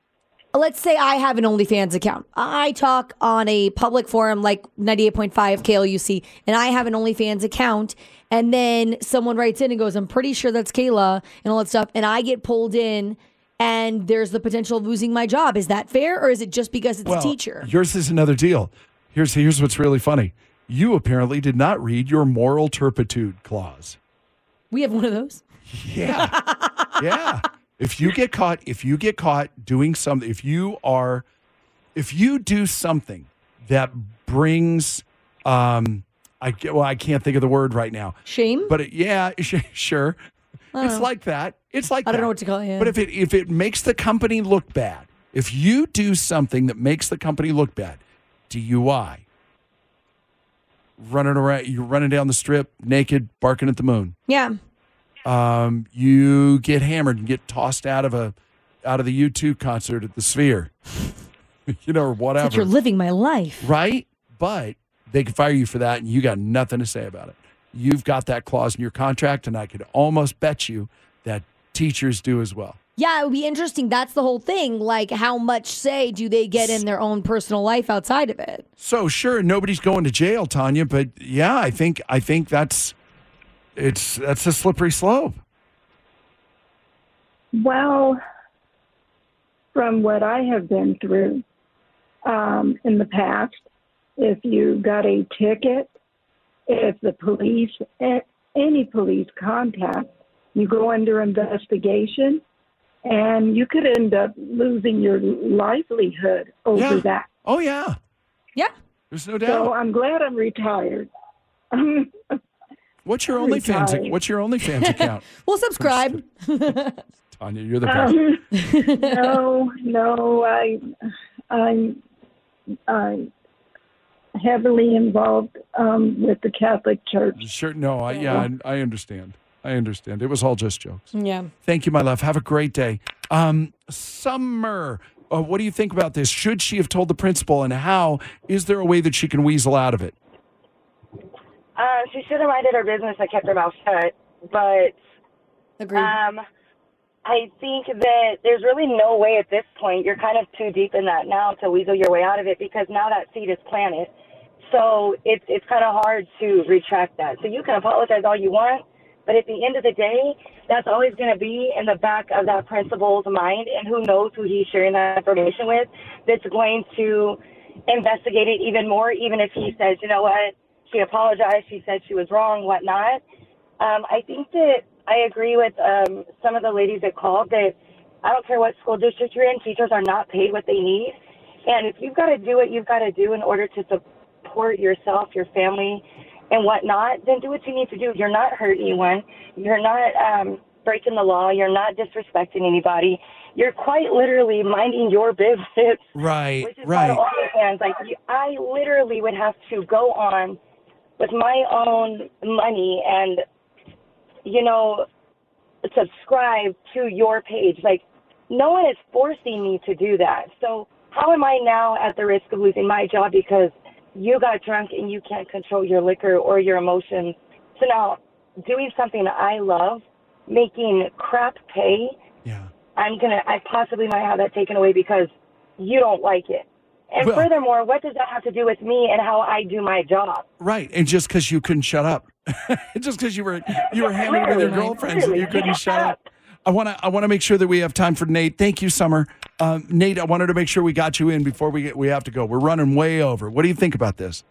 [SPEAKER 5] Let's say I have an OnlyFans account. I talk on a public forum like 98.5 KLUC, and I have an OnlyFans account. And then someone writes in and goes, I'm pretty sure that's Kayla and all that stuff. And I get pulled in, and there's the potential of losing my job. Is that fair? Or is it just because it's
[SPEAKER 4] Well,
[SPEAKER 5] a teacher?
[SPEAKER 4] Yours is another deal. Here's here's what's really funny. You apparently did not read your moral turpitude clause.
[SPEAKER 5] We have one of those.
[SPEAKER 4] yeah. If you get caught, if you get caught doing something, if you are, if you do something that brings, um, I ca- well, I can't think of the word right now.
[SPEAKER 5] Shame?
[SPEAKER 4] But it, yeah, sh- sure.
[SPEAKER 5] I don't
[SPEAKER 4] It's
[SPEAKER 5] know.
[SPEAKER 4] like that. It's like
[SPEAKER 5] I don't
[SPEAKER 4] that.
[SPEAKER 5] know what to call it. Yeah.
[SPEAKER 4] But if it if it makes the company look bad, if you do something that makes the company look bad, DUI, running around, you're running down the strip naked, barking at the moon
[SPEAKER 5] yeah.
[SPEAKER 4] um, you get hammered and get tossed out of a out of the U2 concert at the Sphere, you know, or
[SPEAKER 5] It's
[SPEAKER 4] whatever,
[SPEAKER 5] like you're living my life.
[SPEAKER 4] right? But they can fire you for that, and you got nothing to say about it. You've got that clause in your contract, and I could almost bet you that teachers do as well.
[SPEAKER 5] Yeah, it would be interesting. That's the whole thing. Like, how much say do they get in their own personal life outside of it?
[SPEAKER 4] So sure, nobody's going to jail, Tanya, but yeah, I think I think that's it's that's a slippery slope.
[SPEAKER 22] Well, from what I have been through um, in the past, if you got a ticket, if the police, a- any police contact You go under investigation, and you could end up losing your livelihood over
[SPEAKER 4] Yeah.
[SPEAKER 22] that.
[SPEAKER 4] Oh yeah.
[SPEAKER 5] Yeah.
[SPEAKER 4] There's no
[SPEAKER 22] So
[SPEAKER 4] doubt.
[SPEAKER 22] I'm glad I'm retired.
[SPEAKER 4] What's your OnlyFans? ac-
[SPEAKER 22] retired.
[SPEAKER 4] What's your OnlyFans account?
[SPEAKER 5] We'll subscribe.
[SPEAKER 4] Tanya, you're the best.
[SPEAKER 22] Um, no, no, I, I'm, I'm heavily involved um, with the Catholic Church.
[SPEAKER 4] Sure. No, I yeah, I, I understand. I understand. It was all just jokes.
[SPEAKER 5] Yeah.
[SPEAKER 4] Thank you, my love. Have a great day. Um, Summer, uh, what do you think about this? Should she have told the principal, and how? Is there a way that she can weasel out of it?
[SPEAKER 21] Uh, she should have minded her business and kept her mouth shut. But
[SPEAKER 5] Agreed.
[SPEAKER 21] um, I think that there's really no way at this point. You're kind of too deep in that now to weasel your way out of it because now that seed is planted. So it's it's kind of hard to retract that. So you can apologize all you want, but at the end of the day, that's always going to be in the back of that principal's mind, and who knows who he's sharing that information with. That's going to investigate it even more, even if he says, you know what, she apologized, she said she was wrong, whatnot. Um, I think that I agree with um, some of the ladies that called that I don't care what school district you're in, teachers are not paid what they need. And if you've got to do what you've got to do in order to support yourself, your family, and whatnot, then do what you need to do. You're not hurting anyone. You're not um, breaking the law. You're not disrespecting anybody. You're quite literally minding your business.
[SPEAKER 4] Right,
[SPEAKER 21] Which is Not all the fans. Like you, I literally would have to go on with my own money and you know subscribe to your page. Like no one is forcing me to do that. So how am I now at the risk of losing my job because you got drunk and you can't control your liquor or your emotions? So now doing something that I love, making crap pay, I'm gonna I possibly might have that taken away because you don't like it. And
[SPEAKER 4] Well-
[SPEAKER 21] furthermore, what does that have to do with me and how I do my job?
[SPEAKER 4] Right, and just because you couldn't shut up, just because you were you were hanging with your
[SPEAKER 21] Literally,
[SPEAKER 4] girlfriends and you
[SPEAKER 21] literally,
[SPEAKER 4] couldn't shut up. I want to I want to make sure that we have time for Nate. Thank you, Summer. Um, Nate, I wanted to make sure we got you in before we get, we have to go. We're running way over. What do you think about this?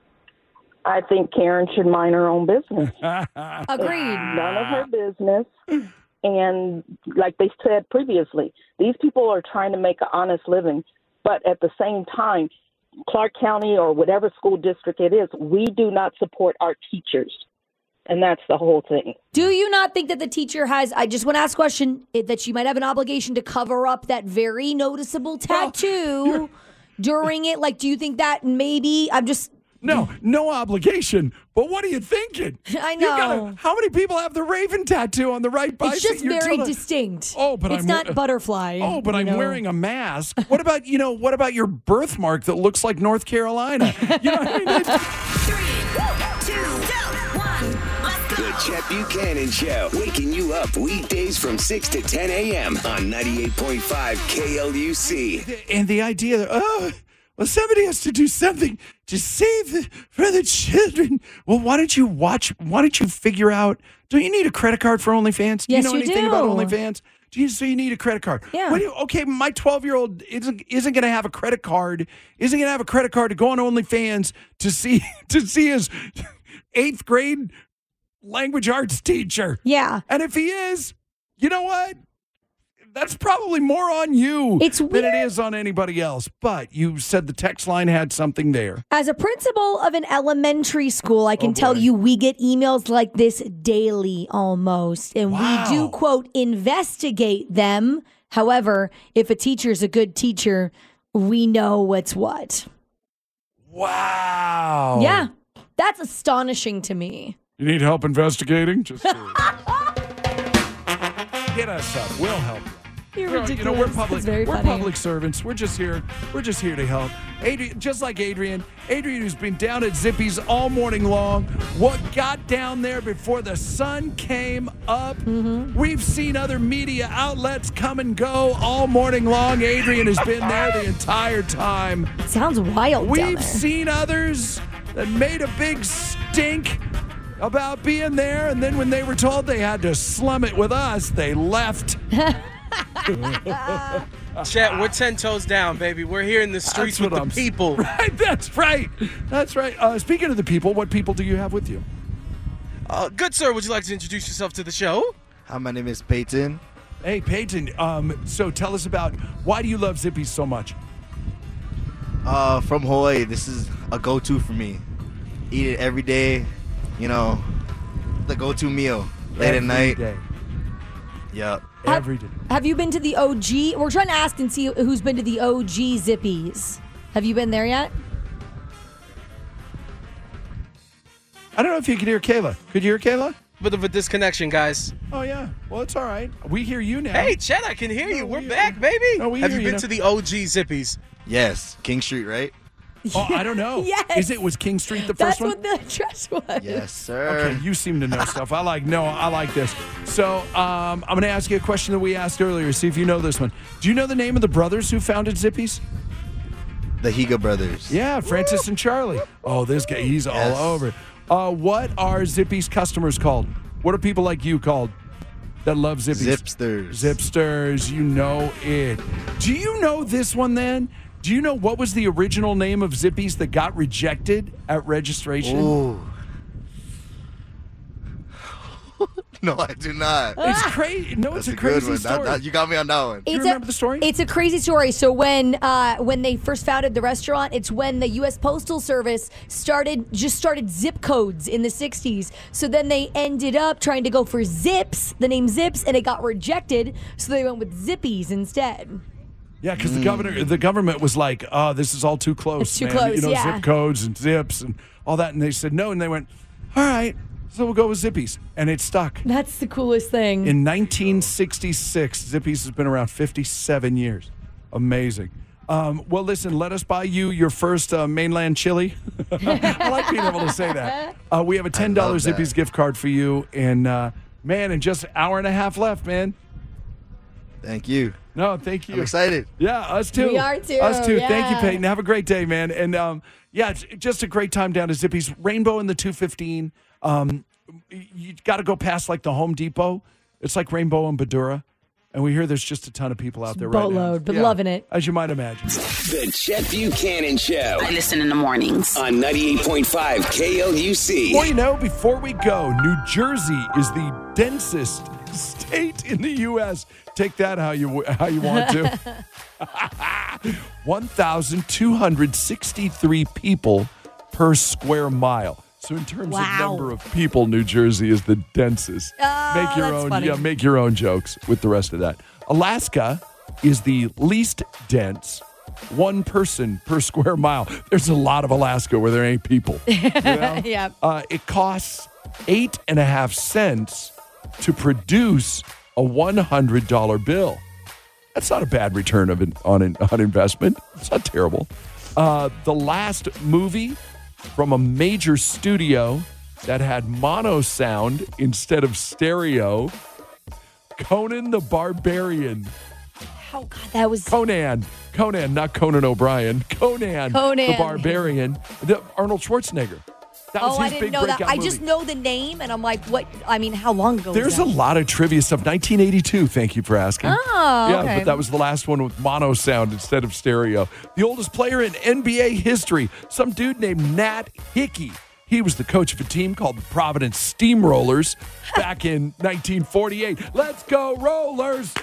[SPEAKER 23] I think Karen should mind her own business.
[SPEAKER 4] Agreed.
[SPEAKER 23] It's none of her business. And like they said previously, these people are trying to make an honest living, but at the same time, Clark County or whatever school district it is, we do not support our teachers. And that's the whole thing.
[SPEAKER 5] Do you not think that the teacher has? I just want to ask a question eh, that she might have an obligation to cover up that very noticeable tattoo during it. Like, do you think that maybe I'm just
[SPEAKER 4] No, no obligation. But what are you thinking?
[SPEAKER 5] I
[SPEAKER 4] You gotta-
[SPEAKER 5] know.
[SPEAKER 4] how many people have the raven tattoo on the right bicep?
[SPEAKER 5] it's just
[SPEAKER 4] You're
[SPEAKER 5] very
[SPEAKER 4] telling-
[SPEAKER 5] distinct.
[SPEAKER 4] Oh, but
[SPEAKER 5] it's
[SPEAKER 4] I'm
[SPEAKER 5] not
[SPEAKER 4] uh,
[SPEAKER 5] butterfly.
[SPEAKER 4] Oh, but
[SPEAKER 5] you
[SPEAKER 4] I'm
[SPEAKER 5] know?
[SPEAKER 4] wearing a mask. What about you know? What about your birthmark that looks like North Carolina? You know, what I mean?
[SPEAKER 2] The Chet Buchanan Show, waking you up weekdays from 6 to 10 a.m. on 98.5 KLUC.
[SPEAKER 4] and the idea that oh well somebody has to do something to save the, for the children well why don't you watch why don't you figure out don't you need a credit card for onlyfans do you
[SPEAKER 7] Yes,
[SPEAKER 4] know
[SPEAKER 7] you
[SPEAKER 4] anything about
[SPEAKER 7] do.
[SPEAKER 4] onlyfans do you, so you need a credit card
[SPEAKER 7] Yeah.
[SPEAKER 4] What do you- okay my 12 year old isn't, isn't going to have a credit card isn't going to have a credit card to go on onlyfans to see to see his eighth grade language arts teacher
[SPEAKER 5] yeah
[SPEAKER 4] and if he is you know what that's probably more on you than it is on anybody else. But you said the text line had something there.
[SPEAKER 5] As a principal of an elementary school, I can tell you we get emails like this daily almost. And we do, quote, investigate them. However, if a teacher's a good teacher, we know what's what.
[SPEAKER 4] Wow.
[SPEAKER 5] Yeah. That's astonishing to me.
[SPEAKER 4] You need help investigating? Just get us up. We'll help.
[SPEAKER 5] You're
[SPEAKER 4] Girl, You know,
[SPEAKER 5] ridiculous.
[SPEAKER 4] we're
[SPEAKER 5] That's
[SPEAKER 4] public.
[SPEAKER 5] very
[SPEAKER 4] we're
[SPEAKER 5] funny.
[SPEAKER 4] public servants. We're just here. We're just here to help. Adrian, just like Adrian, Adrian who's been down at Zippy's all morning long. What got down there before the sun came up?
[SPEAKER 5] Mm-hmm.
[SPEAKER 4] We've seen other media outlets come and go all morning long. Adrian has been there the entire time.
[SPEAKER 5] Sounds wild.
[SPEAKER 4] We've
[SPEAKER 5] down there.
[SPEAKER 4] seen others that made a big stink about being there, and then when they were told they had to slum it with us, they left.
[SPEAKER 21] Ah.
[SPEAKER 15] Chet, we're ten toes down, baby. We're here in the streets with the people.
[SPEAKER 4] Right, that's right. That's right. Uh, speaking of the people, what people do you have with you?
[SPEAKER 15] Uh, good sir, would you like to introduce yourself to the show?
[SPEAKER 6] Hi, my name is Peyton.
[SPEAKER 4] Hey, Peyton. Um, so tell us about why do you love Zippy so much?
[SPEAKER 6] Uh, from Hawaii, this is a go-to for me. Eat it every day. You know, the go-to meal late
[SPEAKER 4] Every
[SPEAKER 6] at night.
[SPEAKER 4] day.
[SPEAKER 6] Yep.
[SPEAKER 4] Every day.
[SPEAKER 5] Have you been to the OG? We're trying to ask and see who's been to the OG Zippies. Have you been there yet?
[SPEAKER 4] I don't know if you could hear Kayla. Could you hear Kayla?
[SPEAKER 15] Bit of a disconnection, guys.
[SPEAKER 4] Oh yeah. Well, it's all right. We hear you now.
[SPEAKER 15] Hey, Chet, I can hear you. We're back, baby.
[SPEAKER 4] No, we
[SPEAKER 15] Have
[SPEAKER 4] hear
[SPEAKER 15] you
[SPEAKER 4] you
[SPEAKER 15] been
[SPEAKER 4] now.
[SPEAKER 15] to the OG Zippies?
[SPEAKER 6] Yes, King Street, right?
[SPEAKER 4] Oh, I don't know.
[SPEAKER 5] Yes.
[SPEAKER 4] Is it was King Street the
[SPEAKER 5] That's
[SPEAKER 4] first one?
[SPEAKER 5] what the address was.
[SPEAKER 6] sir.
[SPEAKER 4] Okay, you seem to know stuff. I like no, I like this. So um, I'm going to ask you a question that we asked earlier. See if you know this one. Do you know the name of the brothers who founded Zippies?
[SPEAKER 6] The Higa brothers.
[SPEAKER 4] Yeah, Francis and Charlie. Oh, this guy, he's
[SPEAKER 6] Yes.
[SPEAKER 4] all over. it. Uh, what are Zippy's customers called? What are people like you called that love Zippies?
[SPEAKER 6] Zipsters.
[SPEAKER 4] Zipsters, you know it. Do you know this one then? Do you know what was the original name of Zippies that got rejected at registration?
[SPEAKER 6] Ooh. No, I do not.
[SPEAKER 4] It's
[SPEAKER 5] Ah.
[SPEAKER 4] crazy. No,
[SPEAKER 6] That's
[SPEAKER 4] it's a,
[SPEAKER 6] good
[SPEAKER 4] crazy
[SPEAKER 6] one. That-
[SPEAKER 4] story.
[SPEAKER 6] that- you got me on that one.
[SPEAKER 5] It's a, It's a crazy story. So when uh, when they first founded the restaurant, it's when the U.S. Postal Service started just started zip codes in the '60s. So then they ended up trying to go for zips, the name zips, and it got rejected. So they went with zippies instead.
[SPEAKER 4] Yeah, because the
[SPEAKER 6] Hmm.
[SPEAKER 4] governor, the government was like, "Oh, this is all too close,
[SPEAKER 5] It's too
[SPEAKER 4] man.
[SPEAKER 5] close,
[SPEAKER 4] you know,
[SPEAKER 5] yeah.
[SPEAKER 4] zip codes and zips and all that." And they said no, and they went, "All right, so we'll go with Zippies," and it stuck.
[SPEAKER 5] That's the coolest thing.
[SPEAKER 4] In 1966, Zippies has been around 57 years. Amazing. Um, well, listen, let us buy you your first uh, mainland chili. I like being able to say that. Uh, we have a $10
[SPEAKER 6] love that.
[SPEAKER 4] Zippies gift card for you. And uh, man, in just an hour and a half left, man.
[SPEAKER 6] Thank you.
[SPEAKER 4] No, thank you.
[SPEAKER 6] I'm excited.
[SPEAKER 4] Yeah, us too.
[SPEAKER 5] We are too,
[SPEAKER 4] Us too. Thank you,
[SPEAKER 5] yeah.
[SPEAKER 4] Peyton. Have a great day, man. And um, yeah, it's just a great time down to Zippy's Rainbow in the 215. Um, you got to go past like the Home Depot. It's like Rainbow and Badura. And we hear there's just a ton of people out there right now.
[SPEAKER 5] Boatload, but loving it.
[SPEAKER 4] As you might imagine.
[SPEAKER 2] The Chet Buchanan Show.
[SPEAKER 16] I listen in the mornings.
[SPEAKER 2] On 98.5 KLUC.
[SPEAKER 4] Before you know, before we go, New Jersey is the densest state in the U.S. Take that how you how you want to. 1,263 people per square mile. So in terms
[SPEAKER 5] Wow. Ah,
[SPEAKER 4] of number of people, New Jersey is the densest. make your
[SPEAKER 5] that's
[SPEAKER 4] own,
[SPEAKER 5] funny.
[SPEAKER 4] yeah, make your own jokes with the rest of that. Alaska is the least dense. One person per square mile. There's a lot of Alaska where there ain't people.
[SPEAKER 5] yeah.
[SPEAKER 4] Uh, it costs eight and a half cents to produce a $100 bill. That's not a bad return of an, on an on investment. It's not terrible. Uh, the last movie from a major studio that had mono sound instead of stereo Conan the Barbarian.
[SPEAKER 5] Oh God, that was
[SPEAKER 4] Conan. Conan, not Conan O'Brien. Conan,
[SPEAKER 5] Conan.
[SPEAKER 4] the Barbarian. The, Arnold Schwarzenegger. That was
[SPEAKER 5] oh, I
[SPEAKER 4] his
[SPEAKER 5] didn't
[SPEAKER 4] big
[SPEAKER 5] know that.
[SPEAKER 4] breakout
[SPEAKER 5] I just
[SPEAKER 4] movie.
[SPEAKER 5] know the name, and I'm like, what? I mean, how long ago?
[SPEAKER 4] There's a
[SPEAKER 5] was that?
[SPEAKER 4] lot of trivia stuff. 1982, thank you for asking.
[SPEAKER 5] Oh,
[SPEAKER 4] yeah,
[SPEAKER 5] okay.
[SPEAKER 4] but that was the last one with mono sound instead of stereo. The oldest player in NBA history, some dude named Nat Hickey. He was the coach of a team called the Providence Steamrollers back in 1948. Let's go, Rollers!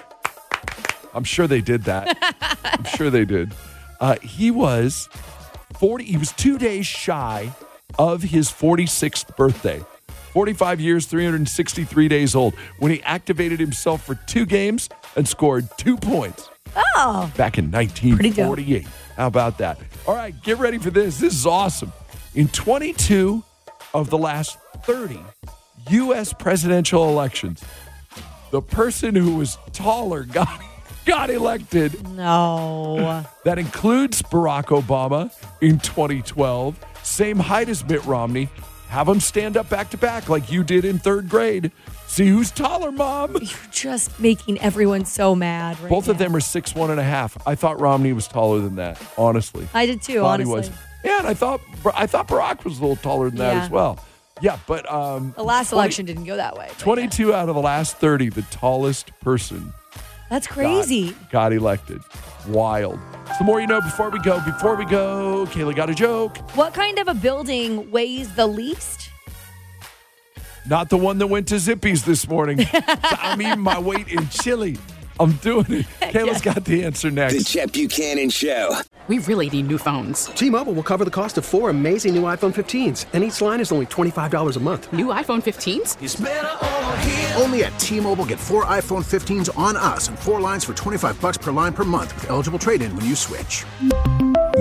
[SPEAKER 4] I'm sure they did that. I'm sure they did. Uh, he was 40, he was two days shy of his 46th birthday. 45 years, 363 days old, when he activated himself for two games and scored two points
[SPEAKER 5] Oh,
[SPEAKER 4] back in 1948. How about that? All right, get ready for this. This is awesome. In 22 of the last 30 U.S. presidential elections, the person who was taller got, got elected.
[SPEAKER 5] no.
[SPEAKER 4] That includes Barack Obama in 2012, same height as Mitt Romney. Have them stand up back to back like you did in third grade. See who's taller, mom.
[SPEAKER 5] just making everyone so mad. Right
[SPEAKER 4] Both
[SPEAKER 5] now.
[SPEAKER 4] of them are six one and a half. I thought Romney was taller than that, honestly.
[SPEAKER 5] I did too,
[SPEAKER 4] Thought he was.
[SPEAKER 5] honestly.
[SPEAKER 4] Yeah, and I thought I thought Barack was a little taller than that
[SPEAKER 5] Yeah.
[SPEAKER 4] as well. Yeah, but um,
[SPEAKER 5] The last
[SPEAKER 4] 20
[SPEAKER 5] election didn't go that way. but yeah.
[SPEAKER 4] 22 out of the last 30, the tallest person
[SPEAKER 5] That's crazy.
[SPEAKER 4] got elected. Wild. So the more you know before we go, before we go, Kayla got a joke.
[SPEAKER 5] What kind of a building weighs the least?
[SPEAKER 4] Not the one that went to Zippy's this morning. I'm eating my weight in chili. I'm doing it. Kayla's got the answer next.
[SPEAKER 2] The Chet Buchanan Show.
[SPEAKER 10] We really need new phones.
[SPEAKER 7] T-Mobile will cover the cost of four amazing new iPhone 15s, and each line is only $25 a month.
[SPEAKER 10] New iPhone 15s?
[SPEAKER 7] Only at T-Mobile get four iPhone 15s on us and four lines for 25 bucks per line per month with eligible trade-in when you switch.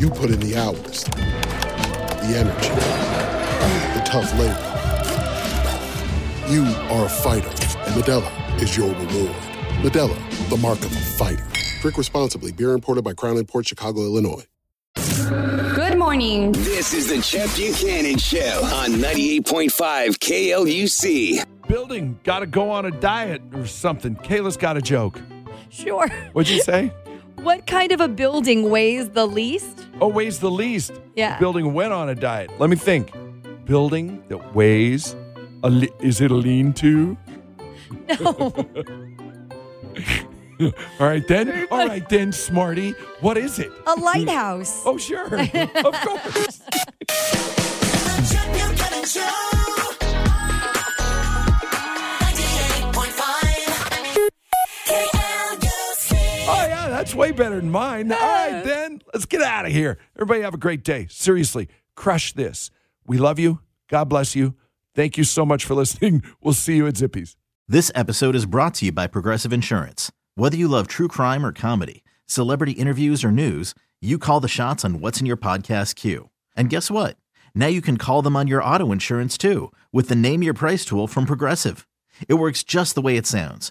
[SPEAKER 24] You put in the hours, the energy, the tough labor. You are a fighter, and Medella is your reward. Medella, the mark of a fighter. Drink responsibly. Beer imported by Crown Port Chicago, Illinois.
[SPEAKER 2] Good morning. This is the Chet Buchanan Show on 98.5 KLUC.
[SPEAKER 4] Building, got to go on a diet or something. Kayla's got a joke.
[SPEAKER 5] Sure.
[SPEAKER 4] What'd you say?
[SPEAKER 5] What kind of a building weighs the least?
[SPEAKER 4] Oh, weighs the least.
[SPEAKER 5] Yeah.
[SPEAKER 4] Building went on a diet. Let me think. Building that weighs a le- is it a lean-to?
[SPEAKER 5] No.
[SPEAKER 4] All right then. All right then, Smarty. What is it?
[SPEAKER 5] A lighthouse.
[SPEAKER 4] oh sure, of course. Oh yeah, that's way better than mine. All right then, let's get out of here. Everybody have a great day. Seriously, crush this. We love you. God bless you. Thank you so much for listening. We'll see you at Zippy's.
[SPEAKER 1] This episode is brought to you by Progressive Insurance. Whether you love true crime or comedy, celebrity interviews or news, you call the shots on what's in your podcast queue. And guess what? Now you can call them on your auto insurance too with the Name Your Price tool from Progressive. It works just the way it sounds.